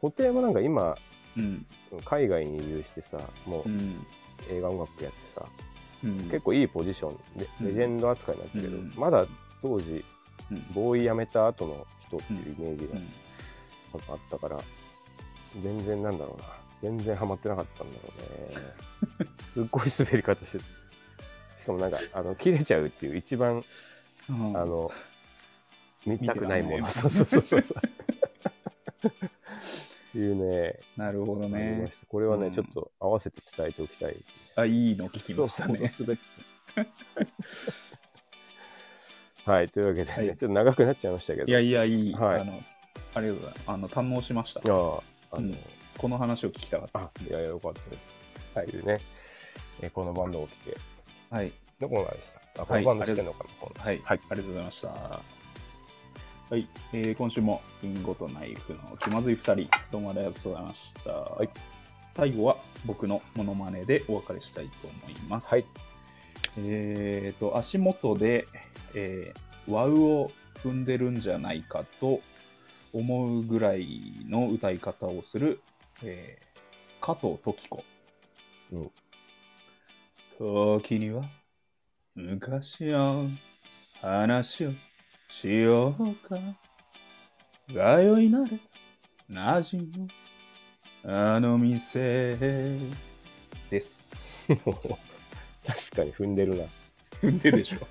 Speaker 2: 布袋もなんか今
Speaker 1: うん。
Speaker 2: 海外に移住してさも
Speaker 1: うん。
Speaker 2: う映画音楽やってさ
Speaker 1: うん
Speaker 2: 結構いいポジションで、
Speaker 1: うん
Speaker 2: レジェンド扱いになったけど、
Speaker 1: うん
Speaker 2: まだ当時、
Speaker 1: うん
Speaker 2: ボーイ辞めた後の人っていうイメージが
Speaker 1: うん
Speaker 2: 多分あったから、全然なんだろうな、全然ハマってなかったんだろうね。 すっごい滑り方してる。しかもなんか、あの、切れちゃうっていう一番、
Speaker 1: うん
Speaker 2: あの、見たくないも
Speaker 1: 見
Speaker 2: の。
Speaker 1: て
Speaker 2: そうそうそうそう。っていうね、
Speaker 1: なるほど
Speaker 2: あり
Speaker 1: ね
Speaker 2: ました。これはね、
Speaker 1: うん
Speaker 2: ちょっと合わせて伝えておきたいですね。
Speaker 1: あいいの聞きましたね
Speaker 2: そうそう滑ってたはい、というわけで、
Speaker 1: はい
Speaker 2: ちょっと長くなっちゃいましたけど。
Speaker 1: いやいやいい、
Speaker 2: はい
Speaker 1: あのありがとうございますあの堪能しました
Speaker 2: あーあの、
Speaker 1: うんこの話を聞きたかっ
Speaker 2: あ、いや、よかったです。はい、というね、えーこのバンドを聴て、
Speaker 1: たはい
Speaker 2: どこのでしたあ、こ
Speaker 1: は
Speaker 2: の
Speaker 1: い
Speaker 2: バンドしてんのかな、この
Speaker 1: はい、
Speaker 2: はい
Speaker 1: ありがとうございました。はい、えー今週もリンゴとナイフの気まずい2人、どうもありがとうございました。
Speaker 2: い
Speaker 1: 最後は僕のモノマネでお別れしたいと思います。
Speaker 2: はい、
Speaker 1: えーと、足元で、えーワウを踏んでるんじゃないかと思うぐらいの歌い方をする、えー加藤時子。
Speaker 2: うん
Speaker 1: 時には昔の話をしようか。がよいなれ、なじみのあの店です。
Speaker 2: もう 確かに踏んでるな。
Speaker 1: 踏んでるでしょ。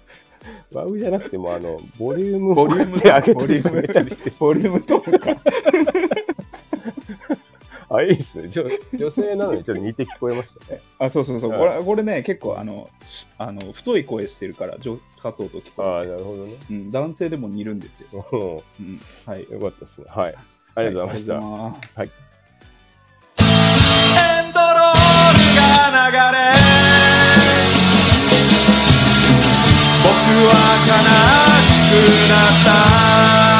Speaker 2: ワウじゃなくても、あの、ボリュームを
Speaker 1: ボリューム
Speaker 2: こうやって
Speaker 1: ボ
Speaker 2: 上
Speaker 1: リューム
Speaker 2: げたり上げたりして。
Speaker 1: ボリュームとか。
Speaker 2: あ、いいですね。ちょ女性なのにちょっと似て聞こえましたね。
Speaker 1: あ、そうそうそう。
Speaker 2: は
Speaker 1: こ
Speaker 2: い
Speaker 1: れこれね、結構あの、しあの太い声してるから、じょ加藤と聞
Speaker 2: あ
Speaker 1: こ
Speaker 2: あ、なるほどね。
Speaker 1: えうん。男性でも似るんですよ。
Speaker 2: も
Speaker 1: うん、はい。
Speaker 2: う、よかったですね。はい。ありがとうございました。
Speaker 1: はいありがとうございます
Speaker 2: はい
Speaker 3: エンドロールが流れ僕は悲しくなった